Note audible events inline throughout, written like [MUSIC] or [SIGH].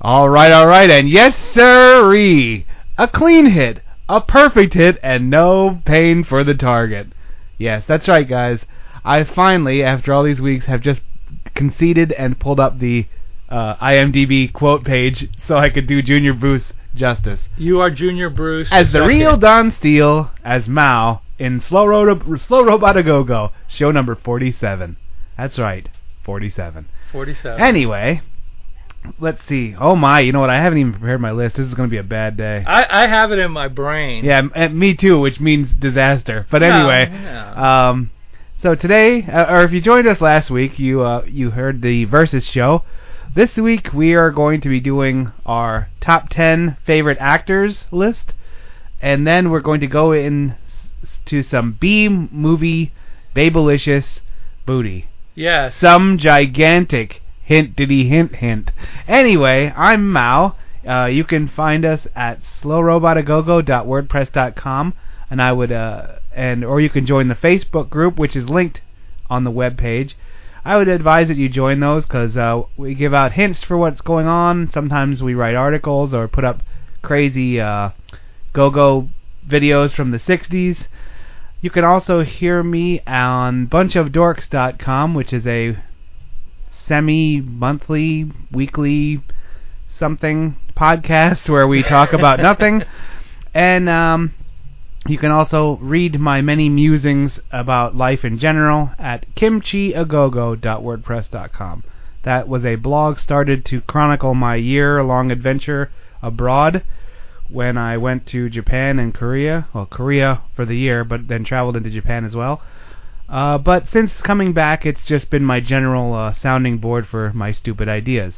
All right, all right, and yes, sirree, a clean hit, a perfect hit, and no pain for the target. Yes, that's right, guys. I finally, after all these weeks, have just conceded and pulled up the uh, IMDb quote page so I could do Junior Bruce justice. You are Junior Bruce. As the Second. real Don Steele, as Mao in Slow, Ro- Slow Robot A Go Go, show number 47. That's right, 47. 47. Anyway, let's see. Oh my, you know what? I haven't even prepared my list. This is going to be a bad day. I, I have it in my brain. Yeah, m- uh, me too, which means disaster. But No, anyway, no. um, so today, uh, or if you joined us last week, you uh, you heard the versus show. This week we are going to be doing our top ten favorite actors list, and then we're going to go in s- to some B movie babelicious booty Yes. some gigantic hint diddy hint hint. Anyway, I'm Mao. Uh, you can find us at slowrobotagogo.wordpress.com, and I would uh, and or you can join the Facebook group, which is linked on the web page. I would advise that you join those because uh, we give out hints for what's going on. Sometimes we write articles or put up crazy uh, go-go videos from the 60s. You can also hear me on bunchofdorks.com, which is a semi monthly, weekly something podcast where we talk about nothing. And um, you can also read my many musings about life in general at kimchiagogo.wordpress.com. That was a blog started to chronicle my year long adventure abroad when I went to Japan and Korea, well, Korea for the year, but then traveled into Japan as well. Uh, but since coming back, it's just been my general uh, sounding board for my stupid ideas.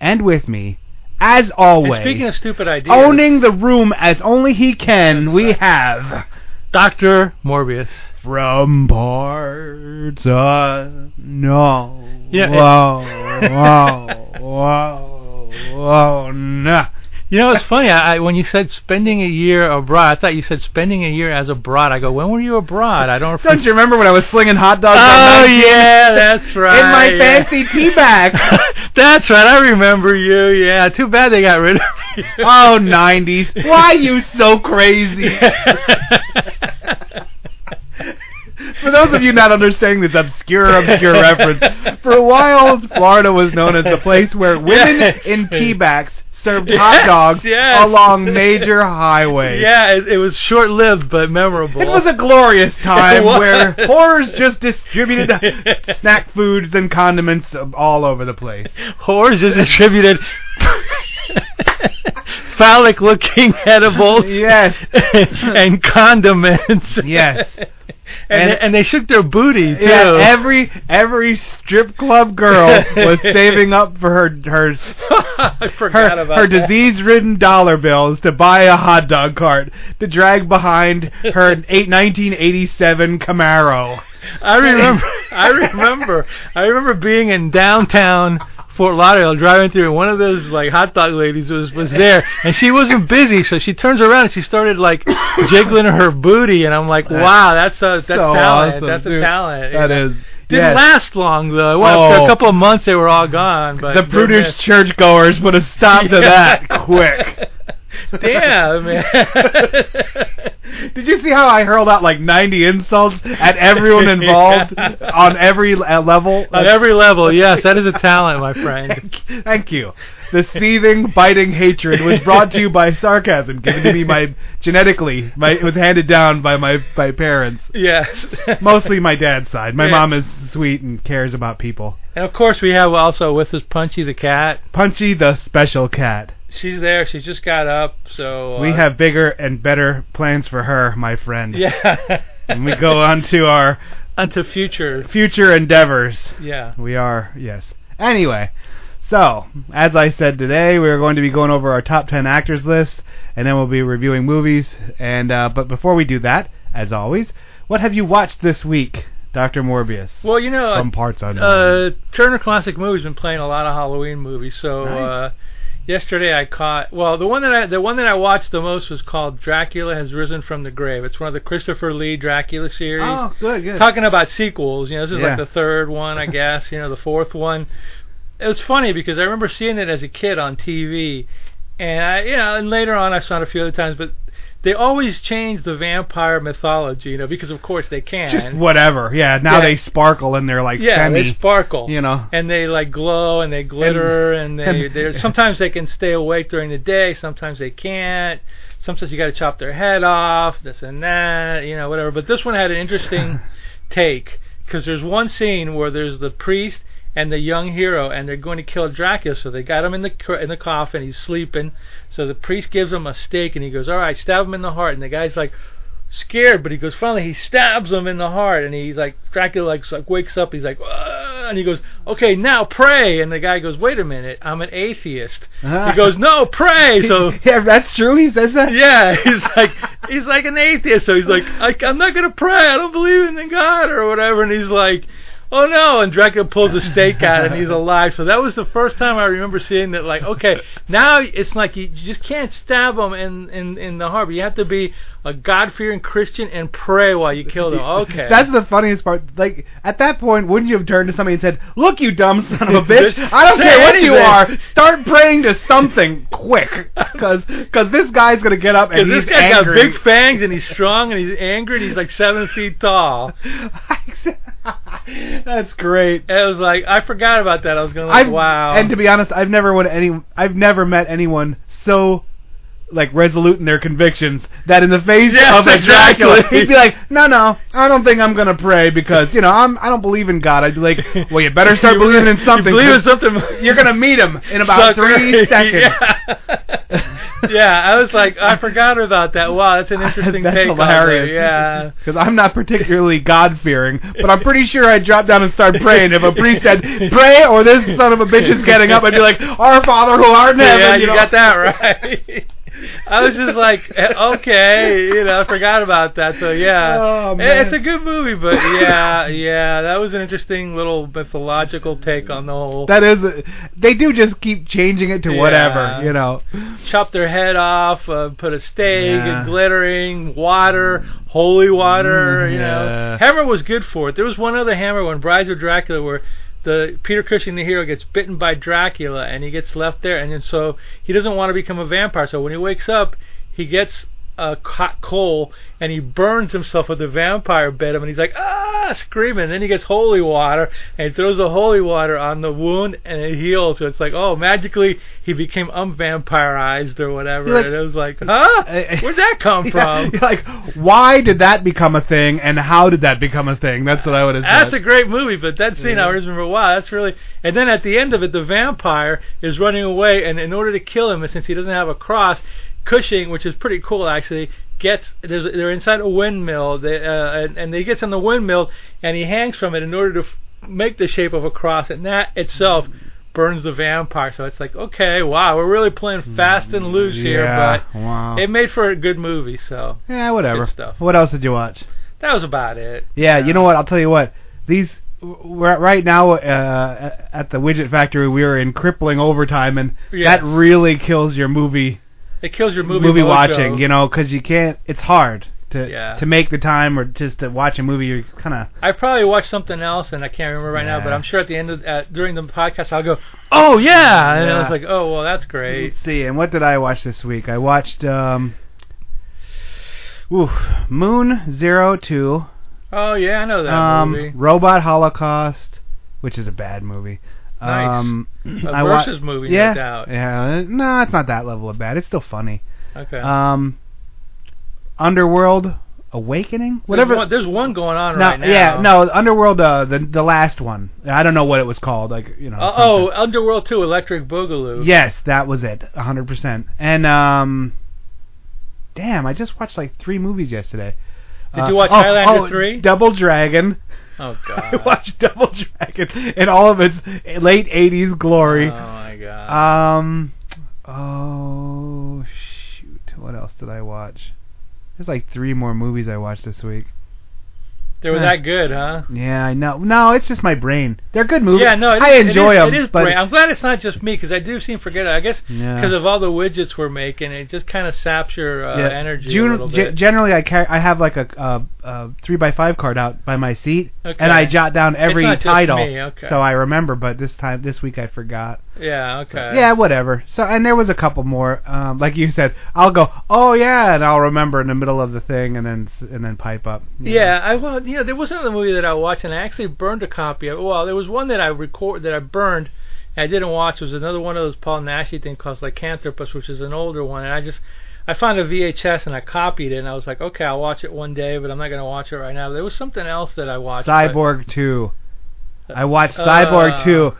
And with me, as And always, speaking of stupid ideas, owning the room as only he can, we have Doctor Morbius. from parts unknown. You know, it- whoa, whoa, whoa, whoa, no. You know, it's funny. I, I when you said spending a year abroad, I thought you said spending a year as abroad. I go, when were you abroad? I [LAUGHS] don't. Don't you remember when I was slinging hot dogs? Oh on Mount- yeah, that's [LAUGHS] right. in my yeah. fancy tea bag. [LAUGHS] that's right. I remember you. Yeah. Too bad they got rid of you. oh, [LAUGHS] nineties! Why are you so crazy? For those of you not understanding this obscure, obscure reference, for a while Florida was known as the place where women Yes. in tea backs served hot Yes, dogs yes. along major highways. [LAUGHS] yeah, it, it was short-lived but memorable. It was a glorious time It was. where horrors just distributed [LAUGHS] snack foods and condiments all over the place. Whores [LAUGHS] is attributed phallic-looking [LAUGHS] edibles. Yes. and condiments. Yes. and And- and, they shook their booty too. Yeah, every every strip club girl was saving up for her her [LAUGHS] I forgot her, about her that. disease-ridden dollar bills to buy a hot dog cart to drag behind her [LAUGHS] eight, 1987 Camaro. [LAUGHS] I remember. I remember. I remember being in downtown Fort Lauderdale, driving through, and one of those like hot dog ladies was was there, and she wasn't busy, so she turns around and she started like jiggling her booty, and I'm like, wow, that's a that's so talent. awesome, that's dude. a talent. That yeah. is Didn't yes. last long though. Well, after Oh. a couple of months, they were all gone. But The they're Brutish missed. churchgoers put a stop to [LAUGHS] that quick. [LAUGHS] Damn, man. Did you see how I hurled out like 90 insults at [LAUGHS] everyone involved on every uh, level? On every level, yes, that is a talent, [LAUGHS] [LAUGHS] my friend. Thank you. [LAUGHS] The seething, biting hatred was brought to you by sarcasm, given to me by genetically. My it was handed down by my by parents, Yes. mostly my dad's side. My Yeah. mom is sweet and cares about people. And of course, we have also with us Punchy the cat. Punchy the special cat. She's there. She's just got up, so uh, We have bigger and better plans for her, my friend. [LAUGHS] yeah. And we [LAUGHS] go on to our onto future. future endeavors. Yeah. We are yes. Anyway, So, as I said today, we are going to be going over our top 10 actors list, and then we'll be reviewing movies. And uh, but before we do that, as always, what have you watched this week, Doctor Morbius? Well, you know, Some parts unknown. uh, Turner Classic Movies been playing a lot of Halloween movies. So uh, Nice. yesterday I caught well the one that I the one that I watched the most was called Dracula Has Risen from the Grave. It's one of the Christopher Lee Dracula series. oh, good, good. Talking about sequels, you know, this is Yeah. like the third one, [LAUGHS] I guess. you know, the fourth one. It was funny because I remember seeing it as a kid on TV, and I, you know, and later on I saw it a few other times, but. They always change the vampire mythology, you know, because of course they can. Just whatever. Yeah, now Yeah. they sparkle and they're like Yeah, semi, they sparkle. you know. And they like glow and they glitter and, they and- they sometimes they can stay awake during the day, sometimes they can't. Sometimes you got to chop their head off, this and that, you know, whatever. But this one had an interesting take because there's one scene where there's the priest and the young hero and they're going to kill Dracula, so they got him in the cr- in the coffin, he's sleeping. So the priest gives him a stake and he goes, "All right, stab him in the heart." And the guy's like, scared, but he goes finally he stabs him in the heart, and he like Dracula like, like wakes up, he's like, "Ah," and he goes, okay, now pray, and the guy goes, wait a minute, I'm an atheist. [LAUGHS] He goes, no, pray. So yeah, that's true. He says that. [LAUGHS] yeah, he's like he's like an atheist, so he's like, I, I'm not gonna pray, I don't believe in God or whatever, and he's like. Oh no! And Dracula pulls a stake out, and he's alive. So that was the first time I remember seeing that. Like, okay, now it's like you you just can't stab him in in in the heart. but You have to be a God-fearing Christian and pray while you kill them. Okay, [LAUGHS] [LAUGHS] That's the funniest part. Like at that point, wouldn't you have turned to somebody and said, "Look, you dumb son of a bitch! I don't Say care what you anything." are. Start praying to something quick, because this guy's gonna get up because and this he's guy's angry. [LAUGHS] got big fangs, and he's strong, and he's angry, and he's like seven feet tall. That's great. And it was like I forgot about that. I was gonna like, I've, wow. And to be honest, I've never would any. I've never met anyone so like resolute in their convictions that in the face Yes, of a Dracula, exactly. he'd be like, "No, no, I don't think I'm gonna pray because you know I'm I don't believe in God." I'd be like, "Well, you [LAUGHS] better start You believing in you something. believe in 'cause something. You're gonna meet him in about Sucker. three [LAUGHS] seconds." Yeah. Yeah, I was like, I forgot about that. [LAUGHS] Wow, that's an interesting That's take. on there. hilarious. [LAUGHS] Yeah. Because I'm not particularly God fearing, but I'm pretty sure I'd drop down and start praying if a priest said, "Pray," or "This son of a bitch is getting up," I'd be like, "Our Father who art in heaven." yeah, you know? got [LAUGHS] that right. [LAUGHS] I was just like, eh, okay, you know, I forgot about that. So yeah, Oh, Eh, man. it's a good movie, but yeah, yeah, that was an interesting little mythological take on the whole That is, they do just keep changing it to Yeah. whatever, you know. chop their head off, uh, put a stake, Yeah. and glittering water, holy water. Mm, you know, yeah. Hammer was good for it. There was one other Hammer when Brides of Dracula where the Peter Cushing the hero gets bitten by Dracula and he gets left there, and then so he doesn't want to become a vampire. So when he wakes up, he gets a hot coal and he burns himself with the vampire bit him and he's like ah screaming and then he gets holy water and he throws the holy water on the wound and it heals so it's like oh magically he became unvampirized or whatever You're like- and it was like huh I- I- where'd that [LAUGHS] [LAUGHS] come Yeah, from you're like, why did that become a thing, and how did that become a thing? That's what I would have That's a said. great movie, but that scene I Yeah. always remember. Wow, that's really. And then at the end of it, the vampire is running away, and in order to kill him, and since he doesn't have a cross, Cushing, which is pretty cool actually, gets there's, they're inside a windmill, they, uh, and, and he gets on the windmill, and he hangs from it in order to f- make the shape of a cross, and that itself burns the vampire. So it's like, okay, wow, we're really playing fast and loose yeah, here, wow. but it made for a good movie. So yeah, whatever. Good stuff. What else did you watch? that was about it. Yeah, you know what? I'll tell you what. These we're right now uh, at the widget factory. We are in crippling overtime, and Yes. that really kills your movie It kills your movie movie mojo. watching. You know, because you can't. It's hard to Yeah. to make the time or just to watch a movie. You're kind of I probably watched something else and I can't remember right now, but Yeah. I'm sure at the end of uh, during the podcast I'll go, "Oh yeah," and I was Yeah. like, "Oh well, that's great." Let's see. And what did I watch this week? I watched um, ooh, Moon Zero Two, Oh yeah, I know that um, movie. Robot Holocaust, which is a bad movie. Nice. Uh, Um, A I wa- versus movie, yeah, no doubt. Yeah, no, it's not that level of bad. It's still funny. Okay. Um, Underworld Awakening, There's whatever. one, there's one going on No, right now. yeah, no, Underworld, uh, the the last one. I don't know what it was called, like you know. Uh, something. oh, Underworld 2, Electric Boogaloo. Yes, that was it. 100%. And, um, damn, I just watched like three movies yesterday. Did you watch oh, Highlander oh, 3? Double Dragon. [LAUGHS] Oh I God. watched Double Dragon in all of its late '80s glory. Oh my God. Um, oh shoot, what else did I watch? There's like three more movies I watched this week. they were huh. that good, huh? Yeah, I know. No, it's just my brain. They're good movies. Yeah, no, it I is- enjoy it is, them. It is but great. I'm glad it's not just me because I do seem to forget. It. I guess Yeah. because of all the widgets we're making, it just kind of saps your uh, yeah. energy Gen- a little ge- bit. generally, I carry. I have like a uh, uh, three by five card out by my seat, Okay. and I jot down every It's not just title, me, okay. so I remember. But this time, this week, I forgot. yeah. Okay. Yeah, whatever. So, and there was a couple more. Um, like you said, I'll go, oh yeah, and I'll remember in the middle of the thing, and then and then pipe up. you know. Yeah, I well, you know, there was another movie that I watched, and I actually burned a copy of. it. Well, there was one that I record that I burned, and I didn't watch. It was another one of those Paul Nashy things called Lycanthropus, which is an older one, and I just I found a VHS and I copied it, and I was like, okay, I'll watch it one day, but I'm not gonna watch it right now. There was something else that I watched. but- Cyborg Two. I watched Cyborg Uh, Two.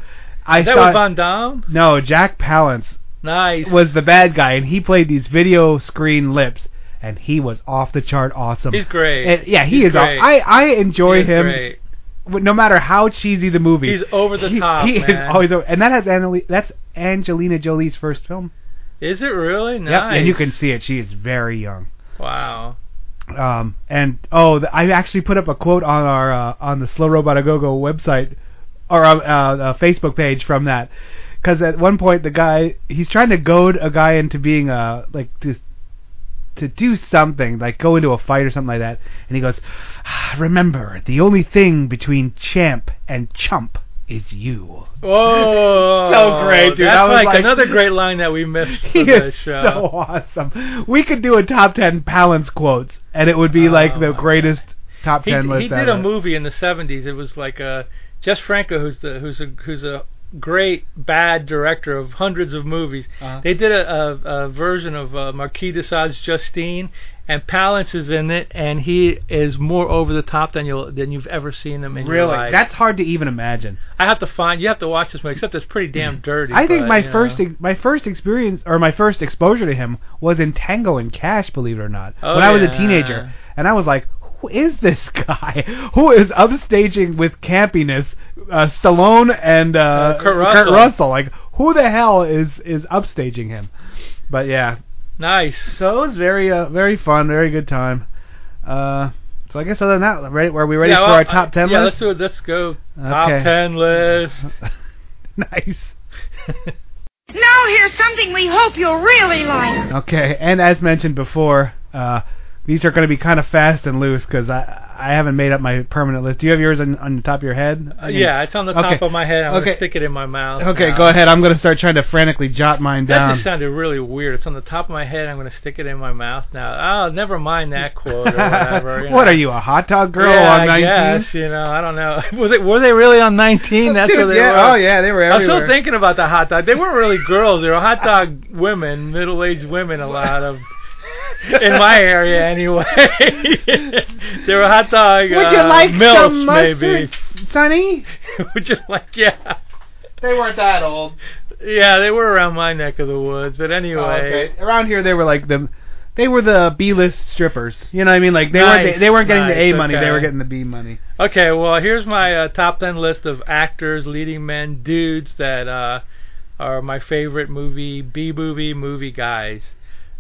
I Is that thought with Van Damme? no Jack Palance Nice. was the bad guy, and he played these video screen lips, and he was off the chart awesome. He's great. And- yeah, he He's is. aw- great. I I enjoy He's him. great. w- No matter how cheesy the movie, He's over the he, top, He is man. always over, and that has Annali- that's Angelina Jolie's first film. Is it really nice? Yep, and you can see it. She is very young. Wow. Um, and oh, the, I actually put up a quote on our uh, on the Slow Robot A Go Go website or uh, uh, Facebook page from that, because at one point the guy he's trying to goad a guy into being uh like to to do something like go into a fight or something like that, and he goes, ah, "Remember, the only thing between champ and chump is you." Whoa. [LAUGHS] So great, dude. Oh, That's I was like, like- another [LAUGHS] great line that we missed He from the is show. so awesome. We could do a top ten Palance quotes, and it would be Oh, like the my greatest top he, ten list he did ever. a movie in the 70s. It was like uh Jess Franco, who's the who's a who's a great bad director of hundreds of movies. Uh-huh. They did a, a, a version of uh, Marquis de Sade's Justine, and Palance is in it, and he is more over the top than you will than you've ever seen him in your Really, life. that's hard to even imagine. I have to find. You have to watch this movie. Except it's pretty [LAUGHS] damn dirty. I think but, my you first know. ex- my first experience or my first exposure to him was in Tango and Cash, believe it or not, Oh, when I was a yeah. teenager, and I was like, who is this [LAUGHS] guy who is upstaging with campiness uh, Stallone and uh, Uh, Kurt Russell. Russell? Like, who the hell is is upstaging him? But yeah, nice. so it was very uh, very fun, very good time. Uh, so I guess other than that, ready, were we ready yeah, for well, our top I- ten Yeah, list? let's do it. Let's go. Top Okay. ten list. [LAUGHS] nice. Uh, [LAUGHS] Now here's something we hope you'll really like. Okay, and as mentioned before, uh, these are going to be kind of fast and loose because I I haven't made up my permanent list. Do you have yours on, on the top of your head? I can- Uh, yeah, it's on the top Okay. of my head. I'm Okay. gonna stick it in my mouth. Okay, now. go ahead. I'm going to start trying to frantically jot mine That down. just sounded really weird. It's on the top of my head. I'm going to stick it in my mouth now. Oh, never mind [LAUGHS] that quote or whatever. what know. are you, a hot dog girl yeah, on I 19? guess, you know, I don't know. [LAUGHS] Were they, were they really on 19? [LAUGHS] That's Dude, where they yeah, were. Oh yeah, they were I'm everywhere. still thinking about the hot dog. They weren't really girls. They were hot dog women, middle-aged women, a [LAUGHS] lot of in my area anyway. they were hot dog. Would you uh, like milfs, some mustard, maybe? Sonny? [LAUGHS] Would you like? Yeah, They weren't that old. yeah. They were around my neck of the woods, but anyway. Oh, okay. Around here, they were like the, they were the B-list strippers. You know what I mean? Like they weren't Nice, they, they weren't getting nice, the A money, okay. they were getting the B money. Okay, well, here's my uh, top 10 list of actors, leading men, dudes that uh, are my favorite movie, B movie, movie guys.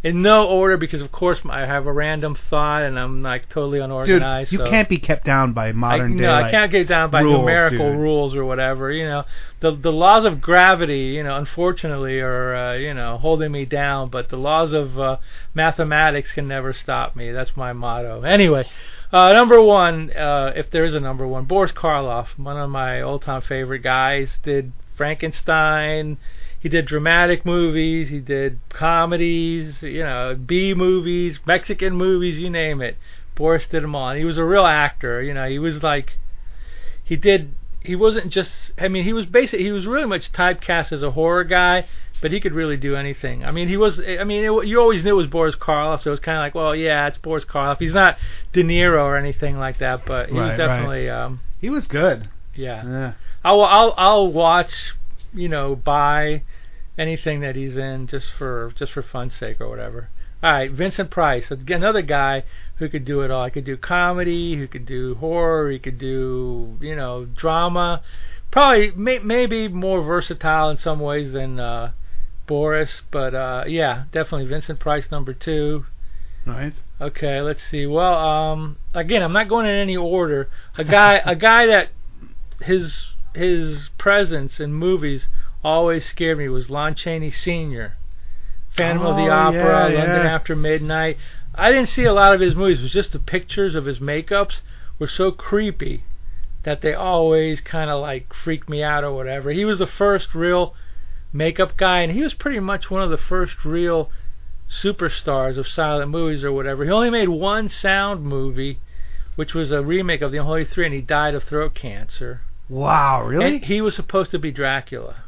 In no order, because of course I have a random thought and I'm like totally Dude, unorganized. you so can't be kept down by I, modern day. no, I can't get down by rules, numerical dude. rules or whatever. You know, the the laws of gravity, you know, unfortunately, are uh, you know holding me down. But the laws of uh, mathematics can never stop me. That's my motto. Anyway, uh, number one, uh, if there is a number one, Boris Karloff, one of my all time favorite guys, did Frankenstein. He did dramatic movies. He did comedies. You know, B movies, Mexican movies, you name it. Boris did them all. And he was a real actor. You know, he was like, he did. He wasn't just. I mean, he was basic. He was really much typecast as a horror guy, but he could really do anything. I mean, he was. I mean, it, you always knew it was Boris Karloff, so it was kind of like, well, yeah, it's Boris Karloff. He's not De Niro or anything like that, but he Right, was right. definitely. Um, He was good. yeah. Yeah. I'll I'll I'll watch, you know, buy anything that he's in just for just for fun's sake or whatever. All right, Vincent Price, another guy who could do it all. He could do comedy, he could do horror, he could do you know drama. Probably may, maybe more versatile in some ways than uh, Boris, but uh, yeah, definitely Vincent Price number two. Nice. Okay, let's see. Well, um, again, I'm not going in any order. [LAUGHS] A guy, a guy that his his presence in movies always scared me was Lon Chaney Sr. Phantom of the Oh, Opera, yeah, London yeah. After Midnight. I didn't see a lot of his movies. It was just the pictures of his makeups were so creepy that they always kind of like freaked me out or whatever. He was the first real makeup guy, and he was pretty much one of the first real superstars of silent movies or whatever. He only made one sound movie, which was a remake of The Unholy Three, and he died of throat cancer. Wow, really? And he was supposed to be Dracula.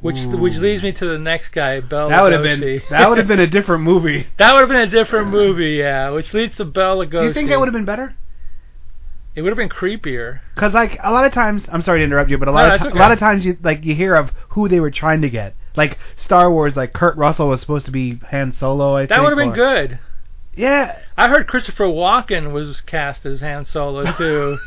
Which which leads me to the next guy, Bell that would have been Lugosi. that would have been a different movie. [LAUGHS] that would have been a different movie, yeah. Which leads to Bell Lugosi. Do you think that would have been better? It would have been creepier. Because like a lot of times, I'm sorry to interrupt you, but a lot No, of that's ti- okay. a lot of times you like you hear of who they were trying to get. Like Star Wars, like Kurt Russell was supposed to be Han Solo. I That would have been good. Yeah, I heard Christopher Walken was cast as [LAUGHS] Han Solo too.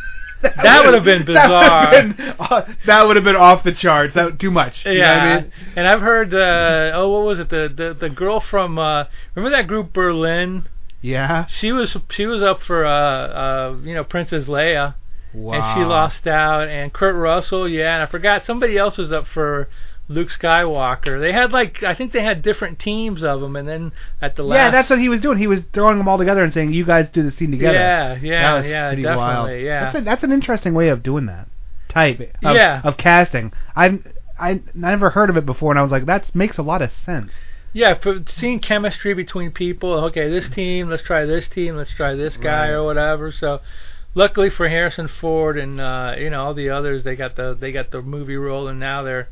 That would have been That bizarre. would have been, uh, that would have been off the charts. That too much. Yeah, You know what I mean? and I've heard uh, oh, what was it? The the, the girl from uh, remember that group Berlin? Yeah. She was she was up for uh, uh, you know Princess Leia, Wow. and she lost out. And Kurt Russell, yeah, and I forgot somebody else was up for Luke Skywalker. They had like I think they had different teams of them, and then at the last Yeah, that's what he was doing. He was throwing them all together and saying, "You guys do the scene together." yeah yeah that was yeah pretty definitely wild. yeah. that's, a, that's an interesting way of doing that type of, Yeah. of casting. I I never heard of it before, and I was like, that makes a lot of sense. Yeah, but seeing chemistry between people. Okay, this team, let's try this team, let's try this guy or whatever. So, luckily for Harrison Ford and uh, you know all the others, they got the they got the movie role, and now they're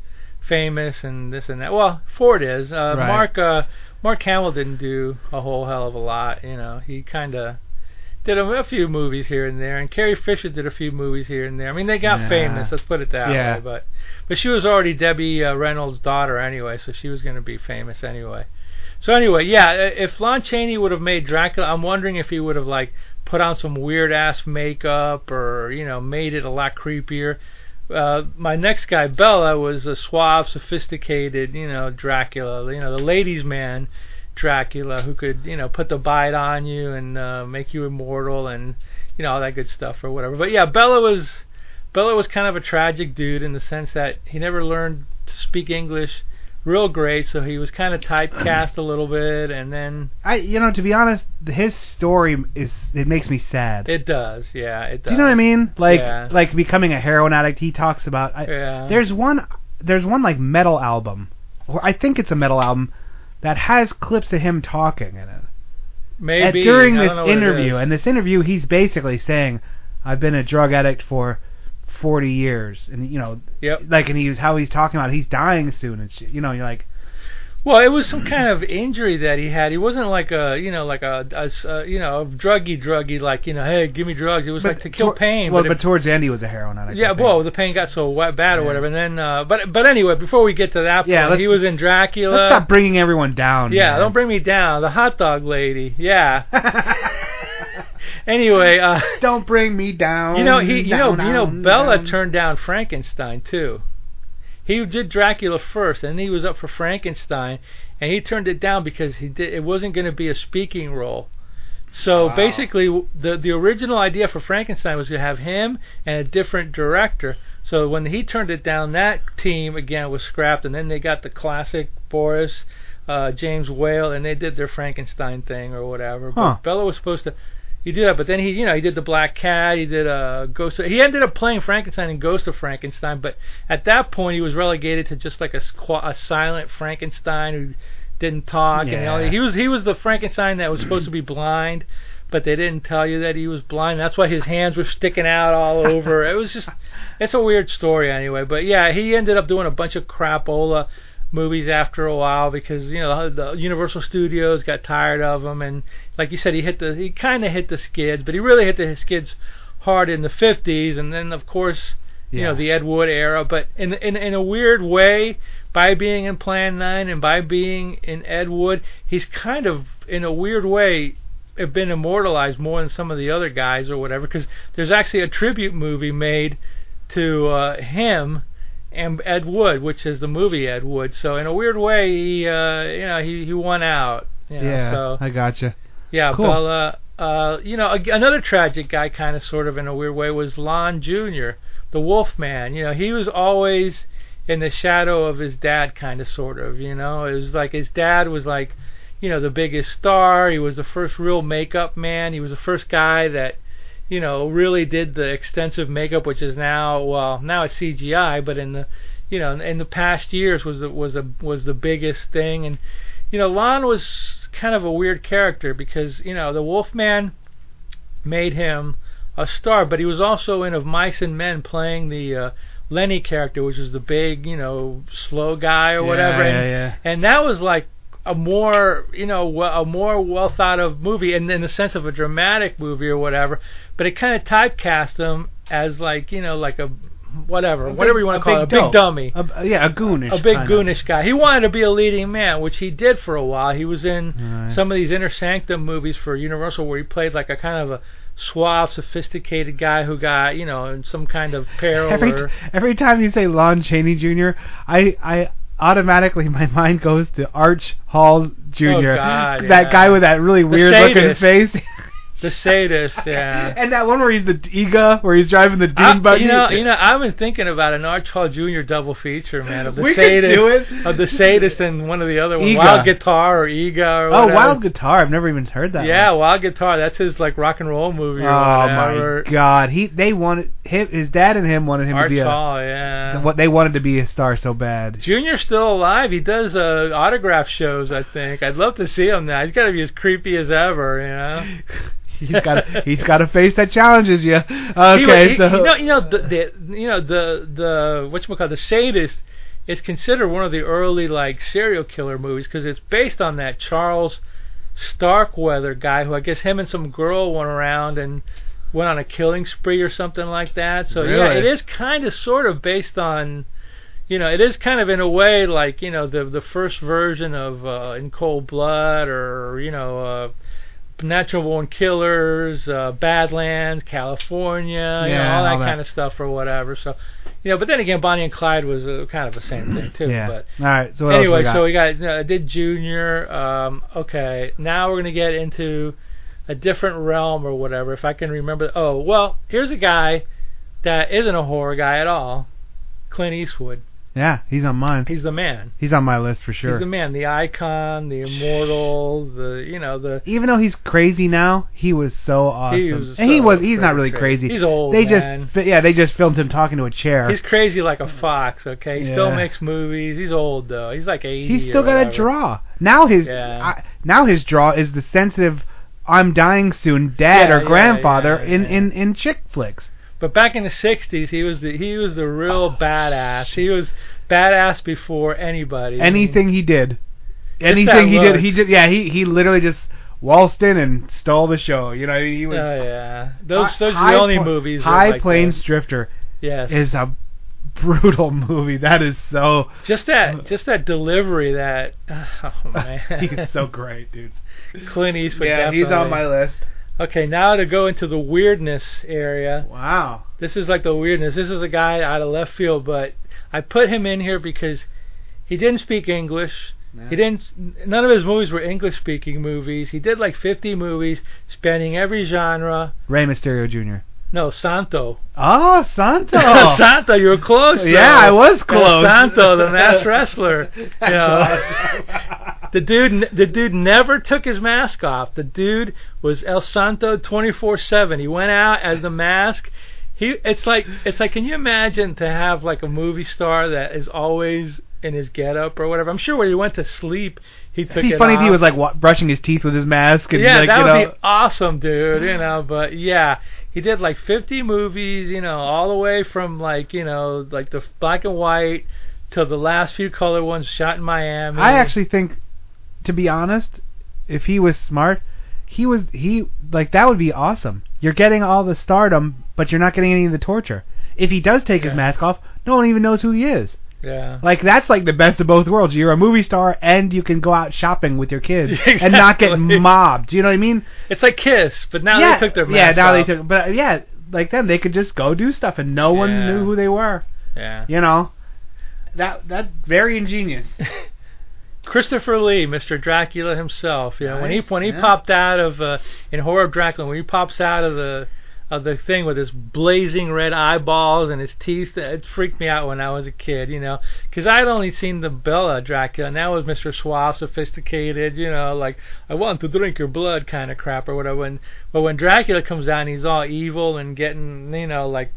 famous and this and that. Well, Ford is. Uh, Right. Mark uh, Mark Hamill didn't do a whole hell of a lot. You know, he kind of did a, a few movies here and there, and Carrie Fisher did a few movies here and there. I mean, they got Yeah. famous. Let's put it that Yeah. way. But but she was already Debbie uh, Reynolds' daughter anyway, so she was going to be famous anyway. So anyway, yeah, i- if Lon Chaney would have made Dracula, I'm wondering if he would have like put on some weird ass makeup or you know made it a lot creepier. Uh, my next guy, Bella, was a suave, sophisticated, you know, Dracula, you know, the ladies' man, Dracula, who could, you know, put the bite on you and uh, make you immortal and, you know, all that good stuff or whatever. But yeah, Bella was, Bella was kind of a tragic dude in the sense that he never learned to speak English real great, so he was kind of typecast a little bit, and then I you know to be honest, his story is it makes me sad. it does, yeah, it does. do you know what I mean? Like Yeah. like becoming a heroin addict. He talks about. I, Yeah. There's one there's one like metal album, or I think it's a metal album that has clips of him talking in it. at Maybe during I this don't know what it interview, is. and this interview, he's basically saying, "I've been a drug addict for 40 years," and you know, Yep. like, and he's how he's talking about he's dying soon and shit. You know, you're like, Well, it was some kind of injury that he had. He wasn't like a, you know, like a, a s- uh, you know, druggy, druggy, like you know, hey, give me drugs. It was like to kill tor- pain. Well, but but, it- towards the end, he was a heroin addict. I yeah, think. whoa, the pain got so wet, bad or whatever. And then, uh, but but anyway, before we get to that, Yeah, point, he let's- was in Dracula. Let's stop bringing everyone down. uh, yeah, man. don't bring me down. The hot dog lady. Yeah. anyway, uh, [LAUGHS] don't bring me down. You know, he, you know, down, you know, down, Bella down. turned down Frankenstein too. He did Dracula first, and he was up for Frankenstein, and he turned it down because he did. It wasn't going to be a speaking role. So Wow. basically, w- the the original idea for Frankenstein was to have him and a different director. So when he turned it down, that team again was scrapped, and then they got the classic Boris, uh, James Whale, and they did their Frankenstein thing or whatever. Huh. But Bella was supposed to he did that, but then he, you know, he did the Black Cat, he did uh, Ghost. Of, he ended up playing Frankenstein and Ghost of Frankenstein, but at that point he was relegated to just like a squa- a silent Frankenstein who didn't talk and all. Yeah. He was he was the Frankenstein that was supposed to be blind, but they didn't tell you that he was blind. That's why his hands were sticking out all over. it was just, it's a weird story anyway. But yeah, he ended up doing a bunch of crapola movies after a while because you know the Universal Studios got tired of him and like you said he hit the he kind of hit the skids but he really hit the skids hard in the 50s and then of course you know Yeah. the Ed Wood era, but in in in a weird way, by being in Plan Nine and by being in Ed Wood, he's kind of in a weird way have been immortalized more than some of the other guys or whatever. Because there's actually a tribute movie made to uh, him and Ed Wood, which is the movie Ed Wood. So in a weird way, he uh, you know he he won out. You know, yeah, So I gotcha. yeah, Cool. Bella. Uh, you know, ag- another tragic guy, kind of, sort of, in a weird way, was Lon Jr., the Wolfman. You know, he was always in the shadow of his dad, kind of, sort of. You know, it was like his dad was like, you know, the biggest star. He was the first real makeup man. He was the first guy that, you know, really did the extensive makeup, which is now, well, now it's CGI, but in the, you know, in, in the past years was the, was a was the biggest thing, and you know, Lon was kind of a weird character because, you know, the Wolfman made him a star, but he was also in Of Mice and Men playing the uh, Lenny character, which was the big, you know, slow guy or whatever. Yeah, and, yeah. and that was like a more, you know, we- a more well thought of movie, and in the sense of a dramatic movie or whatever. But it kind of typecast him as like, you know, like a whatever, whatever you want to call it, a big dummy A- yeah, a goonish. a big kinda. goonish guy. He wanted to be a leading man, which he did for a while. He was in Right. some of these Inner Sanctum movies for Universal where he played like a kind of a suave, sophisticated guy who got, you know, in some kind of peril Every or t- every time you say Lon Chaney Jr., I I automatically [LAUGHS] my mind goes to Arch Hall Jr. Oh, God, that yeah. guy with that really weird looking sadist. face. [LAUGHS] the sadist, yeah. and that one where he's the Iga, where he's driving the dune I- buggy. you know, you know, I've been thinking about an Arch Hall Jr. double feature, man, of the We could sadist, do it. of the sadist and one of the other ones, Ega. Wild Guitar or Ega or oh, whatever. Wild Guitar. I've never even heard that. yeah, one. Wild Guitar. That's his like rock and roll movie. Or Oh whatever. my God! He they wanted his, his dad and him wanted him Arch to be a Hall, yeah. what they wanted to be a star so bad. Junior's still alive. He does uh, autograph shows, I think. I'd love to see him now. He's got to be as creepy as ever, you know. [LAUGHS] He's got he's got a face that challenges you. Okay, He- he- so you know, you know the, the you know the the what you call the sadist is considered one of the early like serial killer movies because it's based on that Charles Starkweather guy who I guess him and some girl went around and went on a killing spree or something like that. So yeah, Really? it is kind of sort of based on you know, it is kind of in a way like you know the the first version of uh, In Cold Blood or you know uh, Natural Born Killers, uh, Badlands, California, you know, Yeah, all that, all that. kind of stuff or whatever. So, you know, but then again, Bonnie and Clyde was uh, kind of the same thing too. yeah. But All right. So what anyway, else so we we got uh, did Junior. Um, okay, now we're gonna get into a different realm or whatever. If I can remember. Oh well, here's a guy that isn't a horror guy at all. Clint Eastwood. got? yeah, he's on mine. He's the man. He's on my list for sure. He's the man. The icon. The immortal. The you know the. Even though he's crazy now, he was so awesome. He was and he so was he's not really crazy. crazy. He's old, They man. just fi- yeah, they just filmed him talking to a chair. He's crazy like a fox. Okay, he still Yeah. makes movies. He's old though. He's like eighty. He's still got got a draw. Now his Yeah. I, now his draw is the sensitive I'm dying soon dad Yeah, or yeah, grandfather yeah, in yeah. in in chick flicks. But back in the '60s, he was the he was the real Oh, badass. He was badass before anybody. Anything he did. that Anything he did, look. he just yeah, he he literally just waltzed in and stole the show. You know, I mean, he Oh was yeah, those Hi- those are High the only Pla- movies. that are High like Plains that. Drifter Yes. is a brutal [LAUGHS] movie. That is so. [LAUGHS] just that just that delivery. That [LAUGHS] oh man, uh, he's so great, [LAUGHS] dude. Clint Eastwood. yeah, he's on definitely. my list. Okay, now to go into the weirdness area. Wow. This is like the weirdness. This is a guy out of left field, but I put him in here because he didn't speak English. He didn't. None of his movies were English-speaking movies. He did like 50 movies, spanning every genre. Ray Mysterio Jr. No, Santo. Oh, [LAUGHS] Santo. [LAUGHS] Santo, you were close. though. yeah, I was Yeah, close. [LAUGHS] Santo, the masked wrestler. You know. [LAUGHS] The dude, the dude never took his mask off. The dude was El Santo 24/7. He went out as the mask. He, it's like, it's like, can you imagine to have like a movie star that is always in his getup or whatever? I'm sure when he went to sleep, he took It'd be it funny off. if he was like wa- brushing his teeth with his mask and yeah, like that you would know. be awesome, dude. You know, but yeah, he did like 50 movies. You know, all the way from like, you know, like the black and white to the last few color ones shot in Miami. I actually think, to be honest, if he was smart, he was he like that would be awesome. You're getting all the stardom, but you're not getting any of the torture. if he does take his Yeah. mask off, no one even knows who he is. Yeah. Like that's like the best of both worlds. You're a movie star and you can go out shopping with your kids [LAUGHS] and not get Exactly. mobbed. You know what I mean? It's like Kiss, but now yeah, they took their yeah. mask Now off. they took, but uh, yeah, like then they could just go do stuff and no one Yeah. knew who they were. Yeah. You know, that that very ingenious. Christopher Lee, Mr. Dracula himself. You know, when he Nice, when he yeah. popped out of uh, in Horror of Dracula, when he pops out of the of the thing with his blazing red eyeballs and his teeth, it freaked me out when I was a kid. You know, because I had only seen the Bella Dracula, and that was Mr. Suave, sophisticated. You know, like I want to drink your blood kind of crap or whatever. And, but when Dracula comes out, and he's all evil and getting you know like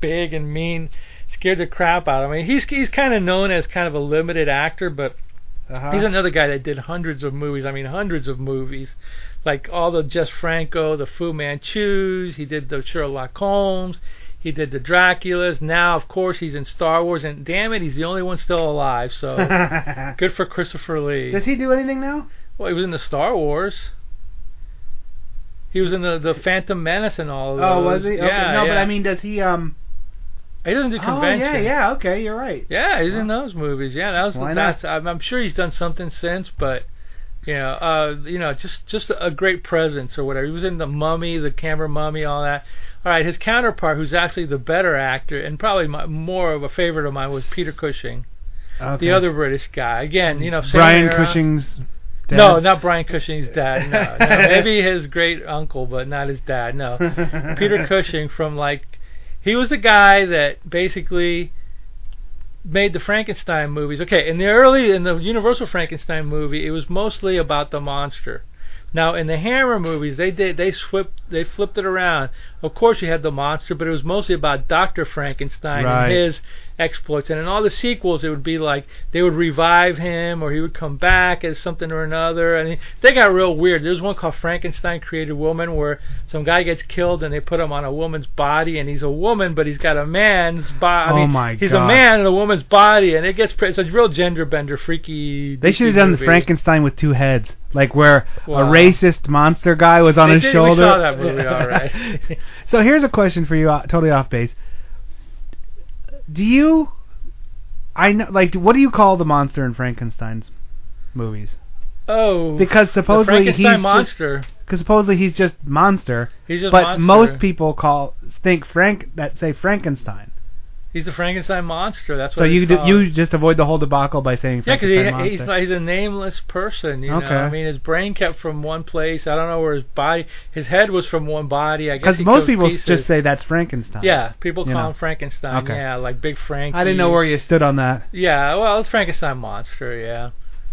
big and mean. Scared the crap out of me. He's he's kind of known as kind of a limited actor, but Uh-huh. He's another guy that did hundreds of movies. I mean, hundreds of movies, like all the Jess Franco, the Fu Manchus. He did the Sherlock Holmes. He did the Draculas. Now, of course, he's in Star Wars, and damn it, he's the only one still alive. [LAUGHS] So [LAUGHS] good for Christopher Lee. Does he do anything now? well, he was in the Star Wars. He was in the the Phantom Menace and all of those. Oh, was he? Okay. Yeah, no, but yeah. I mean, does he? Um. he doesn't do conventions. Oh yeah, yeah. Okay, you're right. Yeah, he's in those movies. Yeah, that was Why not? that's. I'm, I'm sure he's done something since, but you know, uh, you know, just just a great presence or whatever. He was in the Mummy, the camera Mummy, all that. All right, his counterpart, who's actually the better actor and probably my, more of a favorite of mine, was Peter Cushing, Okay. the other British guy. Again, you know, same Brian era. Cushing's. Dad. No, not Brian Cushing's dad. No, no, [LAUGHS] maybe his great uncle, but not his dad. No, [LAUGHS] Peter Cushing from like he was the guy that basically made the Frankenstein movies. Okay, in the early in the Universal Frankenstein movie, it was mostly about the monster. Now in the Hammer movies, they did they swept they flipped it around. Of course, you had the monster, but it was mostly about Doctor Frankenstein Right. and his exploits. And in all the sequels, it would be like they would revive him, or he would come back as something or another. And they got real weird. There's one called Frankenstein Created Woman, where some guy gets killed and they put him on a woman's body, and he's a woman, but he's got a man's body. Oh, I mean, my He's God. a man in a woman's body, and it gets pre- it's a real gender bender, freaky. They should have done the movie. Frankenstein with two heads, like where a Wow. racist monster guy was on They his did- we shoulder. saw that movie, all right. [LAUGHS] so here's a question for you, uh, totally off base. Do you, I know, like, what do you call the monster in Frankenstein's movies? Oh, Because the supposedly he's Frankenstein just- monster. Because supposedly he's just monster, he's just but monster. most people call think Frank that say Frankenstein. He's the Frankenstein monster. That's what So you it's d- called. you just avoid the whole debacle by saying Yeah, Frankenstein because he, monster. he's not, he's a nameless person. You Okay. know, I mean, his brain kept from one place. I don't know where his body, his head was from one body. I guess because he most took people pieces. just say that's Frankenstein. Yeah, people you call know. him Frankenstein. Okay. Yeah, like Big Frank. I didn't know where you stood on that. Yeah, well, it's Frankenstein monster. Yeah.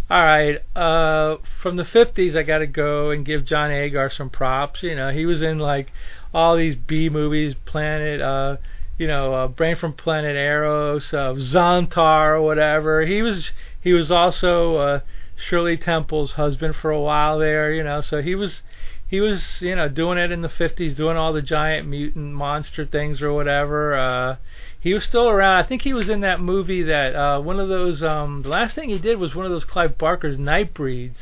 All right. Uh, from the fifties, I got to go and give John Agar some props. You know, he was in like all these B movies, Planet. Uh, you know, uh, Brain from Planet Eros, uh, Zontar, or whatever. He was he was also uh, Shirley Temple's husband for a while there. You know, so he was he was you know doing it in the 50s, doing all the giant mutant monster things or whatever. Uh, he was still around. I think he was in that movie that uh, one of those. Um, the last thing he did was one of those Clive Barker's Nightbreeds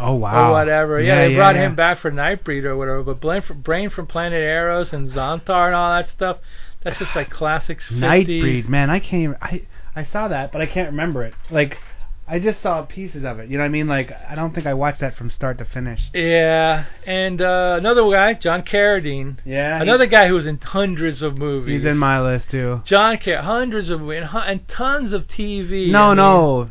Oh wow. or whatever. Yeah, they yeah, brought yeah. him back for Nightbreed or whatever. But Brain from, Brain from Planet Arrows and Zontar and all that stuff. That's just like [SIGHS] classics. 50s. Nightbreed, man. I can't. Even, I I saw that, but I can't remember it. Like, I just saw pieces of it. You know what I mean? Like, I don't think I watched that from start to finish. Yeah, and uh, another guy, John Carradine. Yeah. he- Another guy who was in hundreds of movies. He's in my list too. John Carradine, hundreds of and, hu- and tons of TV. I No, mean, no.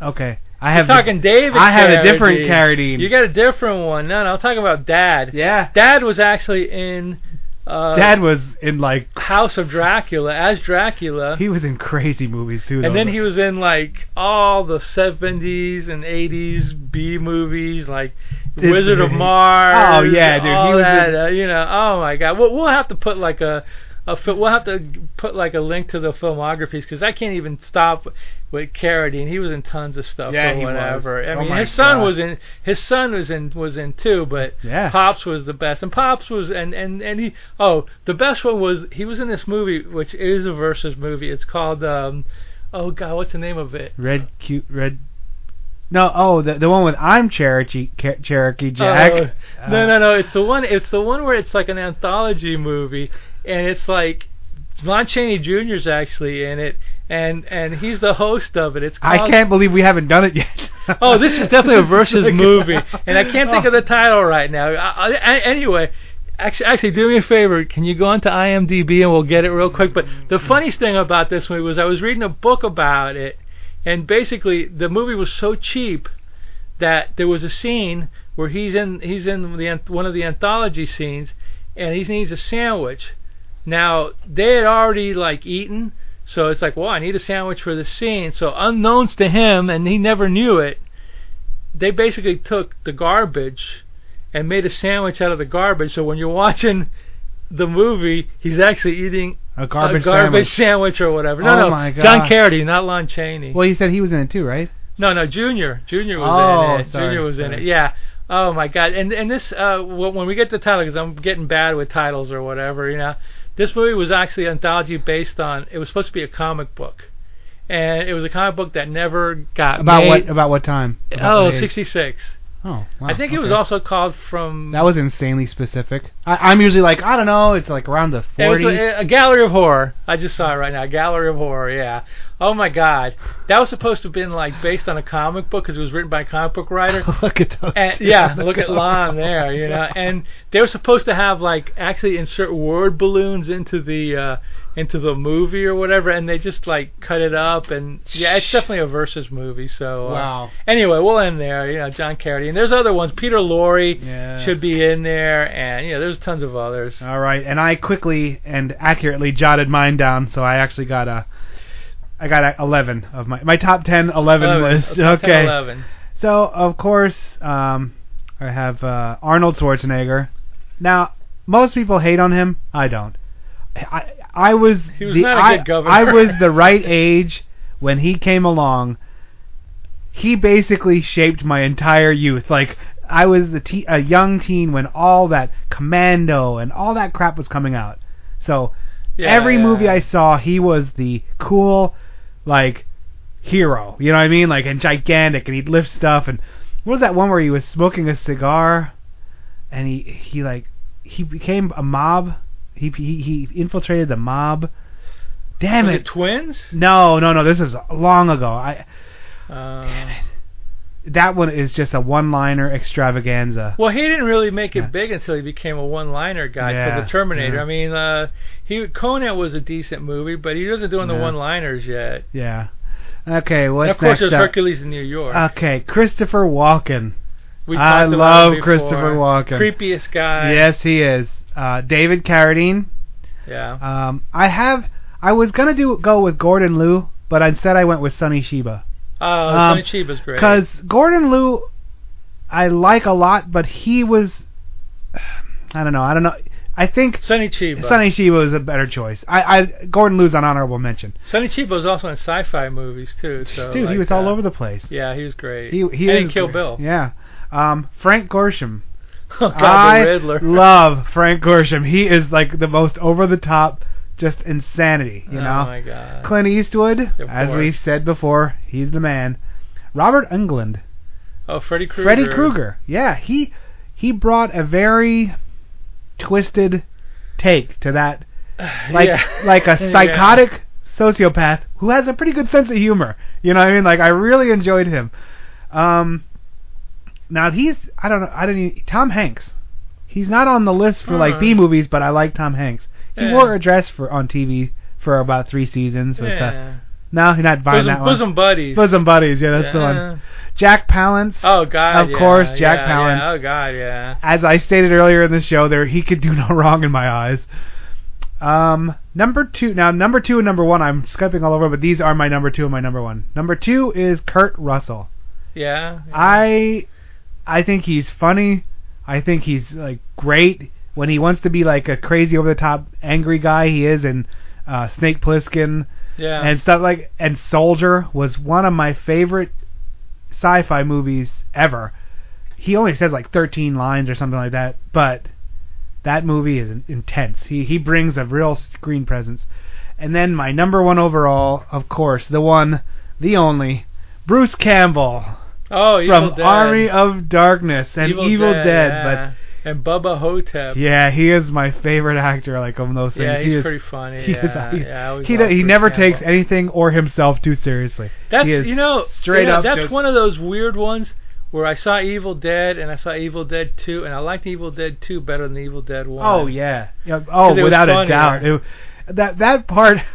Okay. I I'm have. talking David. I have a different Carradine. You got a different one. No, no, I'm talking about Dad. Yeah. Dad was actually in uh, Dad was in like House of Dracula as Dracula. he was in crazy movies too. and though. then he was in like all the 70s and 80s B movies, like Did- Wizard of Mars. Oh, yeah, dude, he all was that, in- uh, you know, oh my God. We'll, we'll have to put like a, a fi- we'll have to put like a link to the filmographies because I can't even stop with Carradine. He was in tons of stuff Yeah, or he was. whatever. I Oh mean, my his son God. was in his son was in was in too, but Yeah. Pops was the best, and Pops was and and and he oh the best one was he was in this movie which is a versus movie. It's called um oh god what's the name of it? red cute red. No, oh, the the one with I'm Cherokee Cher- Cherokee Jack. Uh, Oh, no no no it's the one it's the one where it's like an anthology movie and it's like Lon Chaney Jr. is actually in it, and and he's the host of it. It's called, I can't believe we haven't done it yet. Um, [LAUGHS] Oh, this is definitely a [LAUGHS] versus like- movie, and I can't think Oh. of the title right now. I, I, anyway, actually, actually, do me a favor. Can you go onto IMDb and we'll get it real quick? But the funniest thing about this movie was I was reading a book about it, and basically the movie was so cheap that there was a scene where he's in he's in the anth- one of the anthology scenes, and he needs a sandwich. Now they had already like eaten, so it's like, well, I need a sandwich for the scene. So unknowns to him, and he never knew it, they basically took the garbage and made a sandwich out of the garbage. So when you're watching the movie, he's actually eating a garbage, a garbage sandwich. sandwich, or whatever. No, Oh, no, my John gosh. Carradine, not Lon Chaney. Well, you said he was in it too, right? No, no, Junior. Junior was Oh, in it. sorry, Junior was in sorry. it. Yeah. Oh my God. And and this uh wh- when we get to the title because I'm getting bad with titles or whatever, you know. This movie was actually an anthology based on. It was supposed to be a comic book, and it was a comic book that never got About made. what? About what time? About Uh, Oh, what age? 66. Oh, wow, I think it was okay. also called from. That was insanely specific. I, I'm usually like, I don't know, it's like around the It was 40. [LAUGHS] a, a gallery of horror. I just saw it right now. Gallery of horror. Yeah. Oh my God. That was supposed to have been like based on a comic book because it was written by a comic [LAUGHS] book writer. look at those. And, two yeah, on the look at cover. Lon there, you [LAUGHS] know. And they were supposed to have like actually insert word balloons into the uh into the movie or whatever, and they just like cut it up. And yeah, it's definitely a versus movie. So uh, Wow. Anyway, we'll end there. You know, John Carradine. There's other ones. Peter Lorre Yeah. should be in there, and you know, there's tons of others. All right, and I quickly and accurately jotted mine down, so I actually got a, I got a 11 of my my top 10 11 list. Top 10, Okay, 11. so of course um, I have uh, Arnold Schwarzenegger. Now most people hate on him. I don't. I I was He was the, not a I- good governor. I was [LAUGHS] the right age when he came along. He basically shaped my entire youth. Like I was the te- a young teen when all that Commando and all that crap was coming out. So Yeah, every yeah. movie I saw, he was the cool, like, hero. You know what I mean? Like, and gigantic, and he'd lift stuff. And what was that one where he was smoking a cigar, and he he like he became a mob. He he, he infiltrated the mob. Damn Was it! it twins? no, no, no. This is long ago. I Uh, that one is just a one-liner extravaganza. Well, he didn't really make it Yeah. big until he became a one-liner guy Yeah, till the Terminator. yeah. I mean, uh, he Conan was a decent movie, but he wasn't doing Yeah. the one-liners yet. Yeah. Okay, what's and of course, next there's up? Hercules in New York. Okay, Christopher Walken. we I talked about love him before. Christopher Walken. Creepiest guy. Yes, he is. Uh, David Carradine. Yeah. Um, I have. I was gonna do go with Gordon Liu, but instead I went with Sonny Shiba Oh, um, Sonny Chiba's great. because Gordon Liu I like a lot, but he was. I don't know. I don't know. I think Sonny Chiba. Sonny Shiba was a better choice. I, I Gordon Liu's an honorable mention. Sonny Chiba was also in sci-fi movies too. So Dude, like, he was all uh, over the place. Yeah, he was great. He he and is in Kill great. Bill. Yeah. Um, Frank Gorsham. Oh, [LAUGHS] God, I the Riddler. [LAUGHS] love Frank Gorsham. He is like the most over the top, just insanity. You oh know. my God. Clint Eastwood, Of as course. we've said before, he's the man. Robert Englund, oh, Freddy Krueger. Freddy Krueger. Yeah, he he brought a very twisted take to that like [SIGHS] Yeah. [LAUGHS] like a [LAUGHS] Yeah. psychotic sociopath who has a pretty good sense of humor. You know what I mean? Like I really enjoyed him. Um now he's I don't know, I don't even Tom Hanks. He's not on the list for like Hmm. B movies, but I like Tom Hanks. He Yeah. wore a dress for on TV for about 3 seasons with uh, Yeah. no, you're not buying Bosom, that one. bosom buddies. Bosom buddies, yeah, that's the Yeah. one. Jack Palance. Oh God! Of yeah, course, Jack yeah, Palance. Yeah, oh God, yeah. As I stated earlier in the show, there he could do no [LAUGHS] wrong in my eyes. Um, number two. Now, number two and number one, I'm skipping all over, but these are my number two and my number one. Number two is Kurt Russell. Yeah. I, I think he's funny. I think he's like great when he wants to be like a crazy over the top angry guy. He is in uh, Snake Plissken. yeah. and stuff like and Soldier was one of my favorite sci-fi movies ever. He only said like 13 lines or something like that, but that movie is in- intense. He he brings a real screen presence. And then my number one overall, of course, the one, the only, Bruce Campbell oh, Evil from Dead. Army of Darkness and Evil, Dead. yeah. And Bubba Hotep. Yeah, he is my favorite actor. Like on those things. Yeah, He he's is- pretty funny. [LAUGHS] He, is- yeah, he- yeah, I always he, loved do- he Bruce never Campbell. takes anything or himself too seriously. That's He is you know straight you know, up. That's just- one of those weird ones where I saw Evil Dead and I saw Evil Dead Two and I liked Evil Dead Two better than Evil Dead One. Oh yeah. Yeah, Oh, 'Cause it was without a funnier. doubt. It- that that part. [LAUGHS]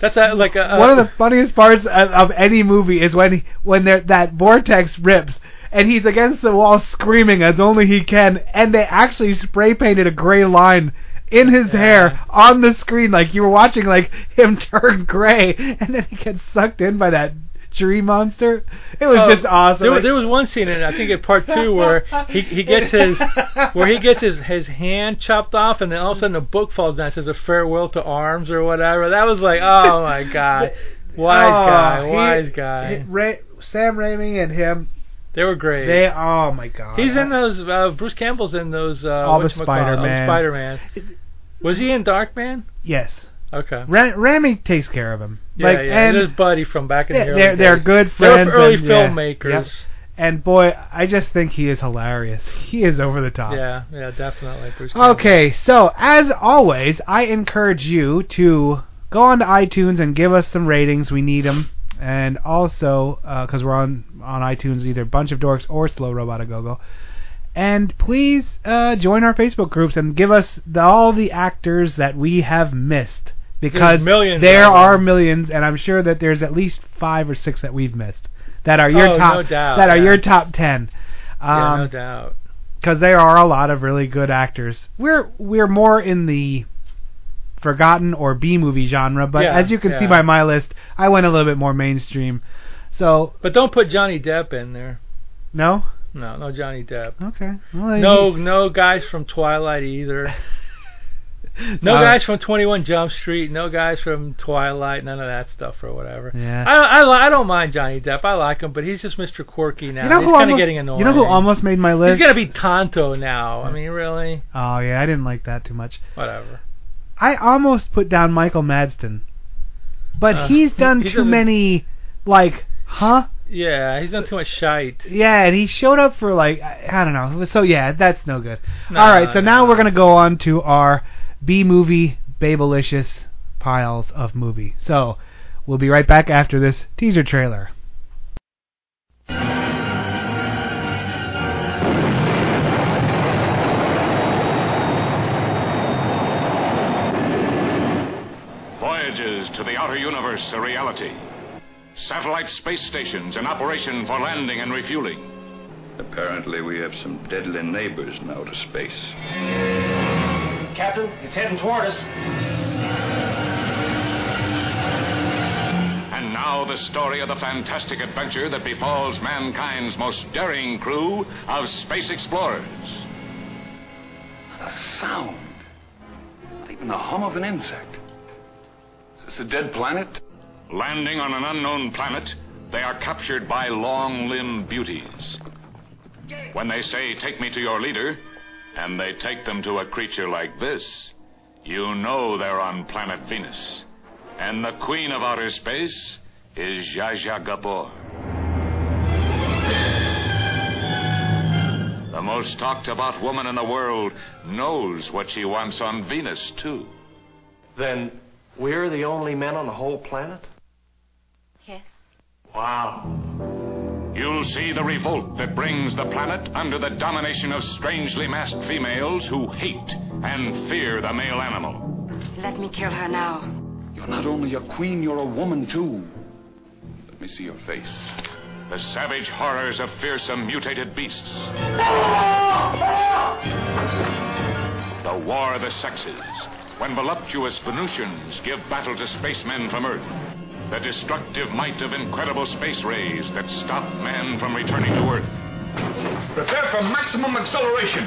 that's a, like uh, a, a one of the funniest parts of, of any movie is when he, when there- that vortex rips and he's against the wall screaming as only he can, and they actually spray painted a gray line in his Yeah. hair on the screen, like you were watching like him [LAUGHS] turn gray, and then he gets sucked in by that tree monster. It [LAUGHS] was Oh, just awesome. There, Like- there was one scene in I think in part two where he he gets his where he gets his his hand chopped off and then all of a sudden a book falls down it says a farewell to arms or whatever. That was like oh my [LAUGHS] god, wise Oh, guy, he- wise he- guy. Ra- Sam Raimi and him, They were great. they oh my god. He's in those. Uh, Bruce Campbell's in those. Uh, All the whatchamacallit, Spider-Mans. Spider Man. Was he in Dark Man? Yes. Okay. Ra- Raimi takes care of him. Yeah, like yeah. and his buddy from back in the they're early they're, they're days. good They were friends. early and, yeah, yep. filmmakers. And boy, I just think he is hilarious. He is over the top. Yeah, yeah, definitely. Bruce Campbell. Okay, so as always, I encourage you to go on to iTunes and give us some ratings. We need them. And also, because we're on on iTunes, either Bunch of Dorks or Slow Robot A Go Go. And please uh, join our Facebook groups and give us the, all the actors that we have missed. Because millions there of them. are millions, and I'm sure that there's at least five or six that we've missed that are your Oh, top no doubt, that are yeah. your top ten. Um, Yeah, no doubt. because there are a lot of really good actors. We're we're more in the forgotten or B movie genre, but Yeah, as you can see yeah. by my list, I went a little bit more mainstream. So But don't put Johnny Depp in there. no, No, no Johnny Depp. okay, well, No, no guys from [LAUGHS] Twilight either. No Uh, guys from 21 Jump Street. No guys from Twilight. None of that stuff or whatever. Yeah. I I, li- I don't mind Johnny Depp. I like him, but he's just Mr. Quirky now. You know he's who kind almost of getting annoying. you know who almost made my He's list. gonna be Tonto now. I mean, really, oh yeah, I didn't like that too much. whatever. I almost put down Michael Madston, but Uh, he's he- done he too doesn't- many like huh Yeah, he's done too much shite. Yeah, and he showed up for like I I don't know. So yeah, that's no good. No, All right, so no, now no. we're gonna go on to our B movie babelicious piles of movie. So we'll be right back after this teaser trailer. Voyages to the outer universe are reality. Satellite space stations in operation for landing and refueling. Apparently, we have some deadly neighbors in outer space. Captain, it's heading toward us. And now the story of the fantastic adventure that befalls mankind's most daring crew of space explorers. A sound. Not even the hum of an insect. Is this a dead planet? Landing on an unknown planet, they are captured by long limbed beauties. When they say, Take me to your leader, and they take them to a creature like this, you know they're on planet Venus. And the queen of outer space is Jaja Gabor. The most talked about woman in the world knows what she wants on Venus, too. Then we're the only men on the whole planet? Yes. Wow. You'll see the revolt that brings the planet under the domination of strangely masked females who hate and fear the male animal. Let me kill her now. You're not only a queen, you're a woman, too. Let me see your face. The savage horrors of fearsome mutated beasts. The war of the sexes, when voluptuous Venusians give battle to spacemen from Earth. The destructive might of incredible space rays that stop man from returning to Earth. Prepare for maximum acceleration.